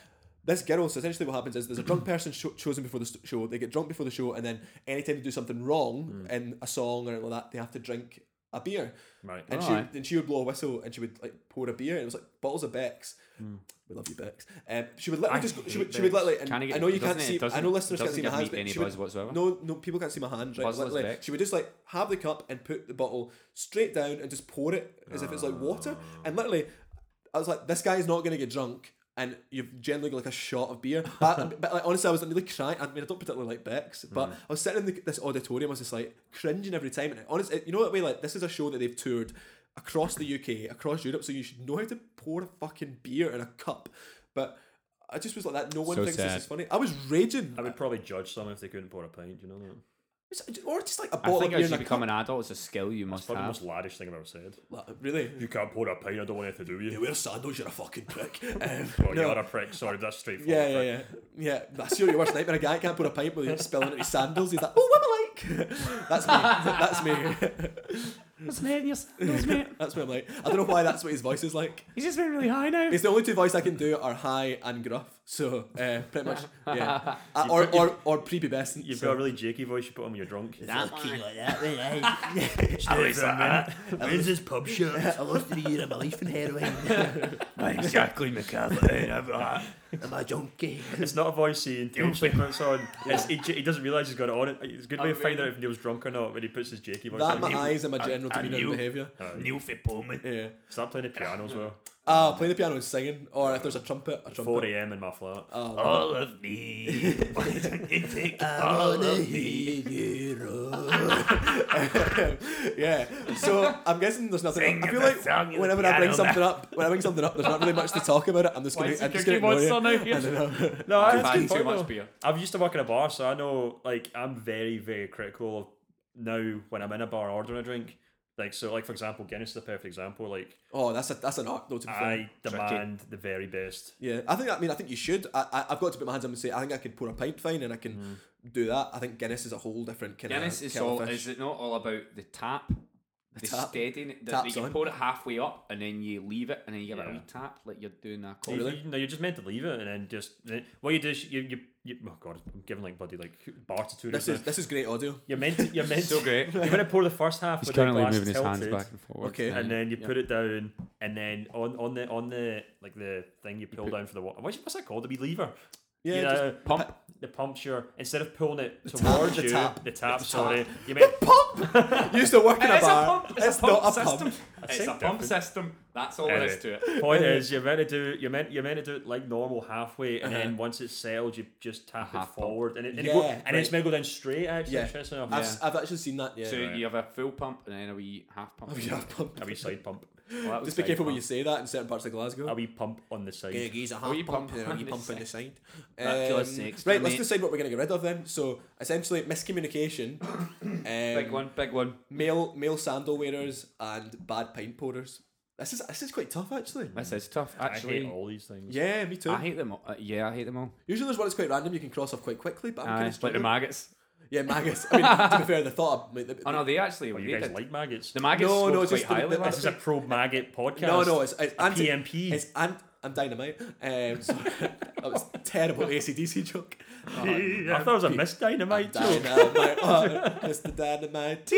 this girl, so essentially what happens is there's a drunk person sho- chosen before the st- show. They get drunk before the show, and then anytime they do something
Hmm.
wrong in a song or like that, they have to drink a beer.
right?
And
Alright.
she and she would blow a whistle and she would like pour a beer and it was like bottles of Becks.
Hmm.
We love you, Becks. Um, she would literally
I
just go- she
hate
would, she would
Beck's.
literally. And
Can I get-
I know you
doesn't
can't
it-
see. I
doesn't-
know listeners can't
doesn't
see my
give me
hands, but
any
she would-
buzz whatsoever?
No, no, people can't see my hand. Right,
Buzzless
literally,
Beck's.
she would just like have the cup and put the bottle straight down and just pour it as if it's like water. And literally, I was like, this guy is not going to get drunk. And you've generally got like a shot of beer. But, but like, honestly, I was nearly crying. I mean, I don't particularly like Beck's, but
Hmm.
I was sitting in the, this auditorium. I was just like cringing every time. And honestly, you know what way? Like, this is a show that they've toured across the UK, across Europe. So you should know how to pour a fucking beer in a cup. But I just was like that. No one
So
thinks
sad.
this is funny. I was raging.
I would probably judge someone if they couldn't pour a pint. You know that?
or just like a
I
bottle of
think
beer
as
in
you
a
become an
cup.
adult, it's a skill you must
Probably the
have.
most laddish thing I've ever said.
Like, really?
You can't pour a pint. I don't want anything to do with
You
you.
wear sandals, you're a fucking prick. Um,
Well,
no.
you're a prick. Sorry, that's straightforward.
Yeah, yeah, yeah. Yeah, that's your worst nightmare. A guy can't put a pipe with spilling out his sandals. He's like, oh, what am I like? That's me. That's me.
What's the head mate?
That's what I'm like. I don't know why that's what his voice is like.
He's just been really high now.
It's the only two voice I can do are high and gruff. So, uh, pretty much, yeah. Uh, or, or, or prepubescent.
You've
so.
got a really jakey voice. You put on when you're drunk.
That one. Like that, way,
eh?
aye.
Where's that?
When's this pub shut? I lost a year of my life in heroin.
I'm Jacqueline McCaffrey. I've got
I'm a junkie.
It's not a voice he intentionally puts on. It's, he, j- he doesn't realise he's got it on. It- It's
Oh,
a good way to find out if Neil's drunk or not when he puts his jakey voice
that,
on.
my eyes, and my general
and
demeanour and
you.
behaviour.
Neil Fitzpatrick.
Yeah.
Start playing the piano as well.
Ah, playing the piano and singing, or if there's a trumpet, a
Oh,
trumpet.
4 a.m. in my flat.
All of me. Why don't you take all
All I
of me?
hear you roar.
yeah. So I'm guessing there's nothing.
Sing
I feel
the
like
song of
whenever
the
I bring
piano
something up, when I bring something up, there's not really much to talk about it. I'm just gonna, I'm just gonna ignore you.
I don't know.
No, I
I've had too
point,
much
though.
beer.
I've used to work in a bar, so I know. Like, I'm very, very critical of now when I'm in a bar ordering a drink. Like, so, like for example, Guinness is a perfect example. Like,
Oh, that's a, that's an art though. To be fair.
I demand the very best.
Yeah, I think. I mean, I think you should. I, I I've got to put my hands up and say I think I could pour a pint fine and I can do that. I think Guinness is a whole different kind
Mm. Guinness
of
is
kettle
all.
of fish.
Is it not all about the tap? The
tap.
steadying. That
Tap's
you
on.
pour it halfway up and then you leave it and then you give it a
Yeah.
wee tap like you're doing a
Oh,
You-
coffee.
you- no, you're just meant to leave it and then just then- what you do is you, you, you oh god, I'm giving like bloody like bar to
This is this is great audio.
You're meant to, you're meant
So
to-
great.
You're gonna pour the first half with a glass tilted,
and forward.
Okay.
and then you put it down, and then on, on the on the like the thing you pull down for the water. What's, what's that called? The wee lever.
Yeah,
You
just
know,
pump.
The pump's your instead of pulling it
tap,
towards
the
you,
tap,
the tap.
the
sorry,
tap.
you meant
Pump. Used to work in a
It's a
bar.
pump. It's, a pump
not a
system.
pump.
It's a
think
pump
different.
system. That's all there
Anyway,
is to it.
Point is, you're meant to do you're meant you're meant to do it like normal halfway, and
Uh-huh.
then once it's settled, you just tap
Half
it
pump.
forward, and it, and, it
Yeah,
go, and
right.
it's meant to go down straight. Actually,
Yeah.
interesting enough.
I've, I've actually seen that. Yeah. Oh,
So
Right.
you have a full pump and then a wee half pump.
yeah, pump.
A wee side pump,
Well, that was
Just be
side
careful when you
pump.
say that in certain parts of Glasgow.
a wee pump on the side.
Yeah, he's a
Or you
half pump
pump
and
on
a wee
the
pump on the side.
That
Um,
kills six,
right,
mate.
let's decide what we're going to get rid of then. So, essentially, miscommunication, um,
Big one, big one.
male male sandal wearers, and bad pint pourers. This is this is quite tough actually.
This is tough,
I
actually.
hate all these things.
Yeah, me too.
I hate them all. Uh, yeah, I hate them all.
Usually, there's one that's quite random. You can cross off quite quickly, but I'm
Aye,
kind of
like the maggots.
Yeah, maggots. I mean, to be fair, the thought. Of, like, the,
Oh no, they actually.
Oh,
they
you guys
did-
like maggots?
the maggots
No,
no,
no,
no,
it's
quite
just the-
highly
the-
last
this is a pro maggot podcast.
no, no, it's, it's anti
PMP.
It's an, I'm dynamite. Um, so that was terrible ACDC joke.
I thought it was a Miss Dynamite joke.
Dynamite, oh, Mr. Dynamite,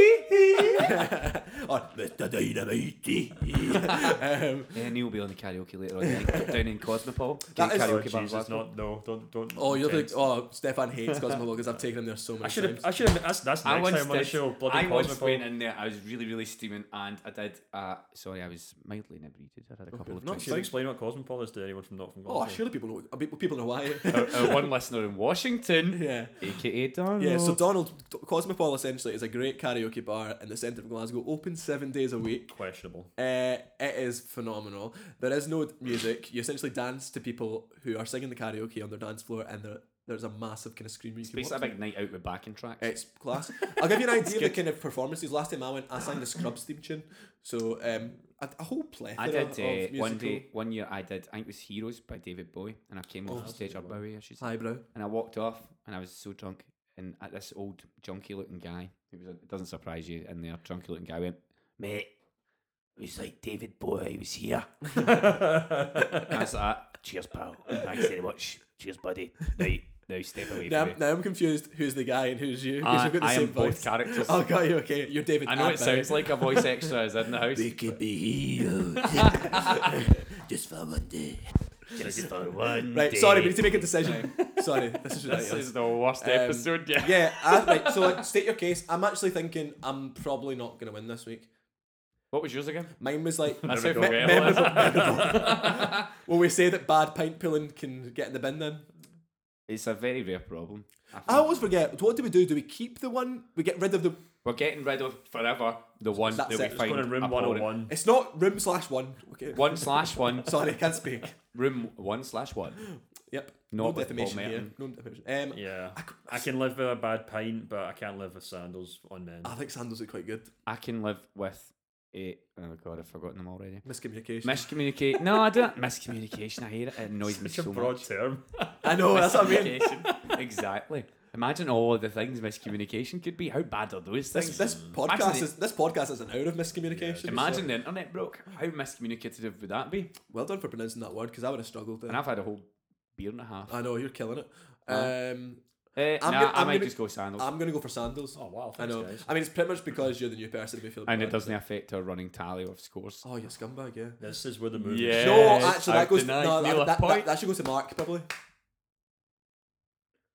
or Mr. Dynamite. um,
Yeah, Neil will be on the karaoke later on down, down in Cosmopol.
That
Get
is-
Oh,
karaoke band
Jesus,
last one.
not, no, don't, don't.
oh, you're the
Thanks.
oh Stefan hates Cosmo because I've taken him there so many
I should have.
times.
I should have. That's that's
I
next
once
time on the
did,
show. Bloody
I once
Cosmopol.
went in there. I was really, really steaming, and I did. Uh, sorry, I was mildly inebriated. I had a couple of
Oh, not
drinks.
Should I explain what Cosmopol is to anyone from not from
oh,
Glasgow?
surely people know. uh, people- People know why.
Our- our Uh, one listener in Washington,
yeah.
aka Donald.
Yeah, so Donald Cosmopol essentially is a great karaoke bar in the centre of Glasgow, open seven days a week.
Questionable.
Uh, it is phenomenal. There is no music. You essentially dance to people who are singing the karaoke on their dance floor, and there, there's a massive kind of scream. you can
Basically,
walk
a big night out with backing tracks.
it's class. I'll give you an idea of the kind of performances. Last time I went, I sang the Scrubs theme tune. So um, a, a whole plethora
I
of
did uh,
musical.
one day, one year. I did. I think it was Heroes by David Bowie, and I came off the stage or Bowie, I should say.
Highbrow.
And I walked off, and I was so drunk. And at this old junky-looking guy, it, was, it doesn't surprise you, and there junky-looking guy went,
Mate, it was like David Bowie was here.
and I was like, "Ah,
Cheers, pal. Thanks very much. Cheers, buddy. Right, now step away
Now,
from
I'm-
me.
now I'm confused. Who's the guy and who's you?
I,
Because we've got the
I
same
am both
voice.
characters.
Oh, got you. Okay, you're David.
I know it
Attenborough.
sounds like a voice extra is in the house.
We could be heroes. Just for one day.
Just for one
Right,
day.
sorry, we need to make a decision. sorry, this is ridiculous.
This is the worst
Um,
episode yet.
yeah, I, right, so like, state your case. I'm actually thinking I'm probably not going to win this week.
What was yours again?
Mine was like,
That's
we
how
go,
me-
yeah,
memorable-
will we say that bad pint pulling can get in the bin then?
It's a very rare problem.
I always forget. What do we do? Do we keep the one? We get rid of the.
We're getting rid of forever the one
That's
that we
it. Just
find
Going in room
abhorrent.
one
oh
hundred and one.
It's not room slash one. Okay.
One slash one.
Sorry, can't speak.
room one slash one.
Yep.
Not
no
with Paul
defamation here.
Merton.
No defamation. Um,
Yeah, I can live with a bad pint, but I can't live with sandals on men.
I think sandals are quite good.
I can live with a. Oh god, I've forgotten them already.
Miscommunication.
Miscommunicate. No, I don't. Miscommunication. I hate it. It annoys me
Such a
so
broad
much.
term.
I know. That's what I mean.
Miscommunication. exactly. Imagine all of the things miscommunication could be. How bad are those
This,
things?
this podcast
Actually-
is this podcast is an hour of miscommunication.
Imagine the internet broke. How miscommunicative would that be?
So- Well done for pronouncing that word because I would have struggled. There.
And I've had a whole beer and a half.
I know you're killing it.
Well.
Um,
Eh, nah,
I'm gonna-
I
I'm
might
gonna-
just go sandals.
I'm gonna go for sandals.
Oh wow,
I
thanks,
know.
guys.
I mean, it's pretty much because you're the new person. We feel.
and it
bad.
doesn't affect our running tally of scores.
Oh, you're a scumbag. Yeah.
This is where the movie.
Yeah.
No,
Yes,
actually, that
I've
goes.
denied Neil
No, that,
a
that, that,
point.
that should go to Mark probably.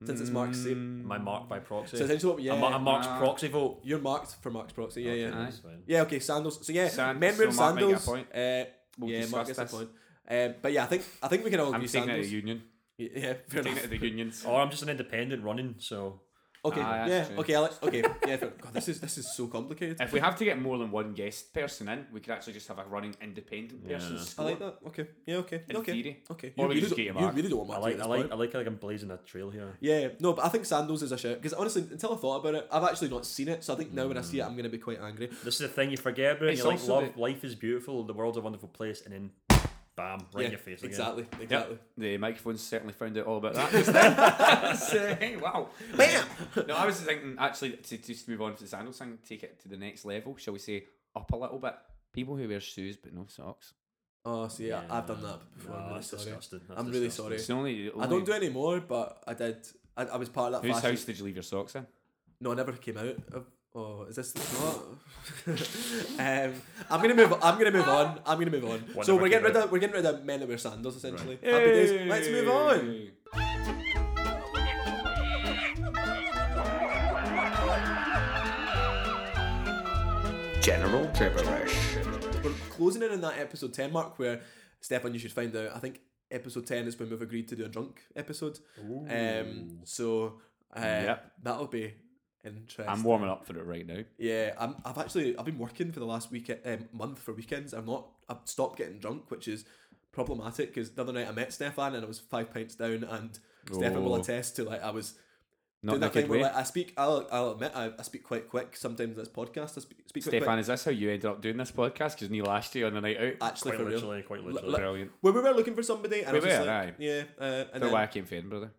Since it's Mark's seat.
Mm,
My mark by proxy.
So essentially, what, yeah,
a, ma- a marked
Uh,
proxy vote.
you're marked for Mark's proxy. Yeah, yeah,
Okay.
That's fine.
yeah. Okay, sandals. So yeah,
Sand-
men
so
wearing
Mark might get a
sandals.
point.
Uh,
We'll
yeah, Mark
discuss
gets a
this.
point. Uh, but yeah, I think I think we can all
I'm
agree
taking it to
sandals.
the union.
yeah, fair
Taking it
enough.
to the unions.
Or Oh, I'm just an independent running, so
Okay,
Ah, that's
yeah,
true.
okay, Alex. Okay, yeah. Fair. God, this is this is so complicated.
If we have to get more than one guest person in, we could actually just have a running independent person
Yeah.
I
score.
like that. Okay, yeah, okay,
In
okay,
theory.
okay.
Or we
really
just
don't-
get him
you
out.
really don't want
I
Mark. to
like
get
I
this
like
point.
I like like I'm blazing a trail here.
Yeah, no, but I think sandals is a shout because honestly, until I thought about it, I've actually not seen it. So I think now when I see it, I'm gonna be quite angry.
This is the thing you forget about.
It's
You're like,
also
love,
the-
life is beautiful, the world's a wonderful place, and then bam, right in your face again.
exactly, exactly.
Yep. The microphones certainly found out all about that just then. so, hey, wow.
Bam!
No, I was thinking actually to to just move on to the sandals thing, take it to the next level, shall we say, up a little bit. People who wear shoes but no socks.
Oh, see, yeah. I've done that before. I'm
No,
really
that's
sorry.
disgusting. That's
I'm really
disgusting.
It's only,
I
only
don't do it anymore, but I did. I, I was part of that.
whose
fashion.
house did you leave your socks in?
No, I never came out. of Oh, is this not? um, I'm gonna move. I'm gonna move on. I'm gonna move on.
What
so
never
we're getting
came
rid of we're getting rid of men that wear sandals essentially. Happy days. Let's move on.
Hey.
General gibberish.
We're closing in on that episode ten mark where Stefan, you should find out. I think episode ten is when we've agreed to do a drunk episode. Um, so uh,
Yep.
that'll be interesting.
I'm warming up for it right now.
Yeah, I'm, I've actually I've been working for the last week um, month for weekends. I'm not I've stopped getting drunk, which is problematic because the other night I met Stefan and I was five pints down, and Stefan will
Oh.
attest to like I was
Not
doing that
naked
thing where
way.
like, I speak. I'll, I'll admit I, I speak quite quick. Sometimes this podcast I speak, speak quite
Stefan,
quick.
is this how you ended up doing this podcast? Because Neil asked you on the night out.
Actually,
Quite
for real.
literally, quite literally.
li-
Brilliant.
Well, we were looking for somebody, and
We
I was just
were,
like,
aye.
yeah, uh, and
Don't
then,
why I came for Edinburgh.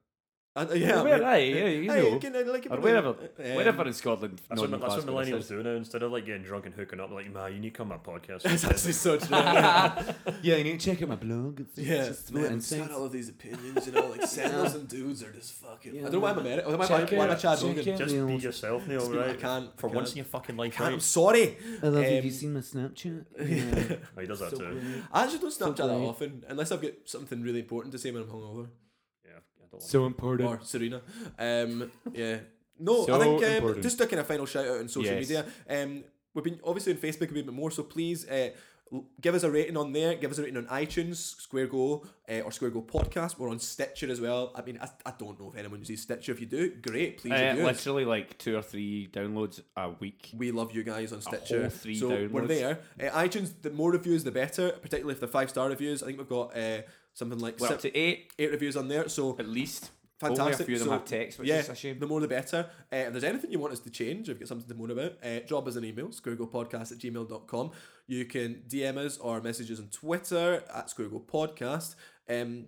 I, yeah, I
Where
mean-
aye, yeah, you
Aye,
know.
can I- like,
Or
um,
wherever,
um,
wherever in Scotland.
That's what,
non-
that's what
vascular
millennials
says.
do now. Instead of like getting drunk and hooking up, they're like, man, you need to come on my podcast.
That's actually so true. uh, yeah,
Yeah, you need to check out my blog. It's
Yeah.
just
Man,
more
it's
insights.
got all of these opinions, you know, like settlers and dudes are just fucking.
I don't know why I'm American. Why, am I-
Check
why am I
out-
Chad
check
Hogan?
out
Just be
Millennials.
yourself, Neil,
Speak- I
right?
can't-
For
I
once
can't.
in your fucking life,
Can't, I'm
right?
sorry.
I love you. Have you
Um,
seen my Snapchat? Yeah.
Oh, he does that too.
I actually don't Snapchat that
great.
often unless I've got something really important to say when I'm hungover
Yeah, I don't like
so important.
or Serena. Um, yeah. No,
So
I think um,
important.
just taking a final shout out on social
Yes.
media. Um, we've been obviously on Facebook a wee bit more, so please uh, l- give us a rating on there. Give us a rating on iTunes, Square Go, uh, or Square Go Podcast. We're on Stitcher as well. I mean, I, I don't know if anyone uses Stitcher. If you do, great, please.
Uh,
review us.
literally like two or three downloads a week.
We love you guys on Stitcher.
whole three
so we're
downloads.
there. Uh, iTunes, the more reviews, the better. Particularly if the five star reviews. I think we've got uh, something like
We're
si-
up to eight
eight reviews on there. So
at least. Only a
fantastic.
few of them
so,
have text, which
yeah,
is a shame.
The more the better. Uh, if there's anything you want us to change, if you've got something to moan about, uh, drop us an email, squaregopodcast at gmail.com. You can DM us or messages on Twitter at squaregopodcast. Um,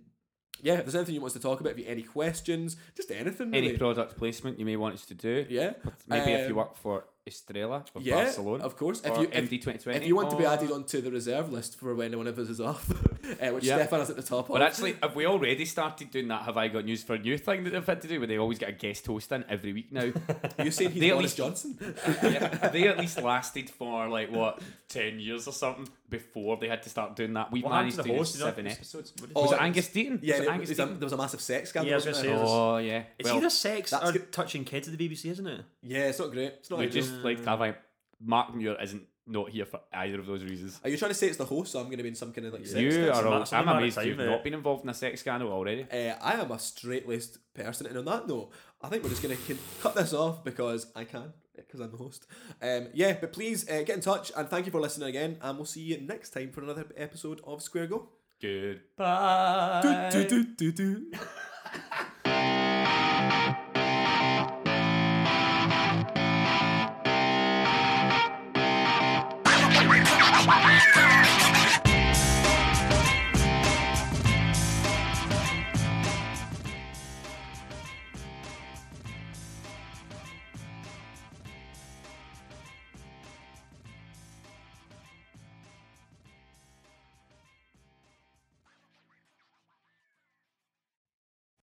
yeah, if there's anything you want us to talk about, if you have any questions, just anything really.
Any product placement you may want us to do.
yeah.
Maybe if you
Um,
work for Estrella or
yeah,
Barcelona.
of course. If
Or
you if,
MD twenty twenty.
If you want to be added onto the reserve list for when one of us is off, uh, which
Yeah.
Stefan is at the top
But
of.
actually, have we already started doing that? Have I got news for a new thing that they've had to do? Where they always get a guest host in every week now.
You're saying he's
they at
Boris
least-
Johnson?
Yeah, they at least lasted for like what ten years or something before they had to start doing that. We
What
managed
happened to
to
the
do
host? You know,
seven
it's-
episodes. Was
Oh,
it
it's-
Angus Deaton?
Yeah,
Was it
there
Angus
was, a, there
Deaton?
was a massive sex scandal.
Yeah, I was
wasn't
gonna
there?
say,
Oh yeah.
It's
Well,
either sex
that's
or
good.
touching kids at the BBC, isn't it?
Yeah, it's not great. It's not
we
ideal.
just like uh, have I. Mark Muir isn't not here for either of those reasons.
Are you trying to say it's the host, so I'm going to be in some kind of like sex
You
scandal?
are. All,
Matt's on
I'm
the man
amazed
at
you've
time,
not
eh?
been involved in a sex scandal already.
Uh, I am a straight laced person, and on that note, I think we're just going to cut this off because I can, because I'm the host. Um, yeah, but please uh, get in touch and thank you for listening again, and we'll see you next time for another episode of Square Go.
Good.
Do, do, do, do, do.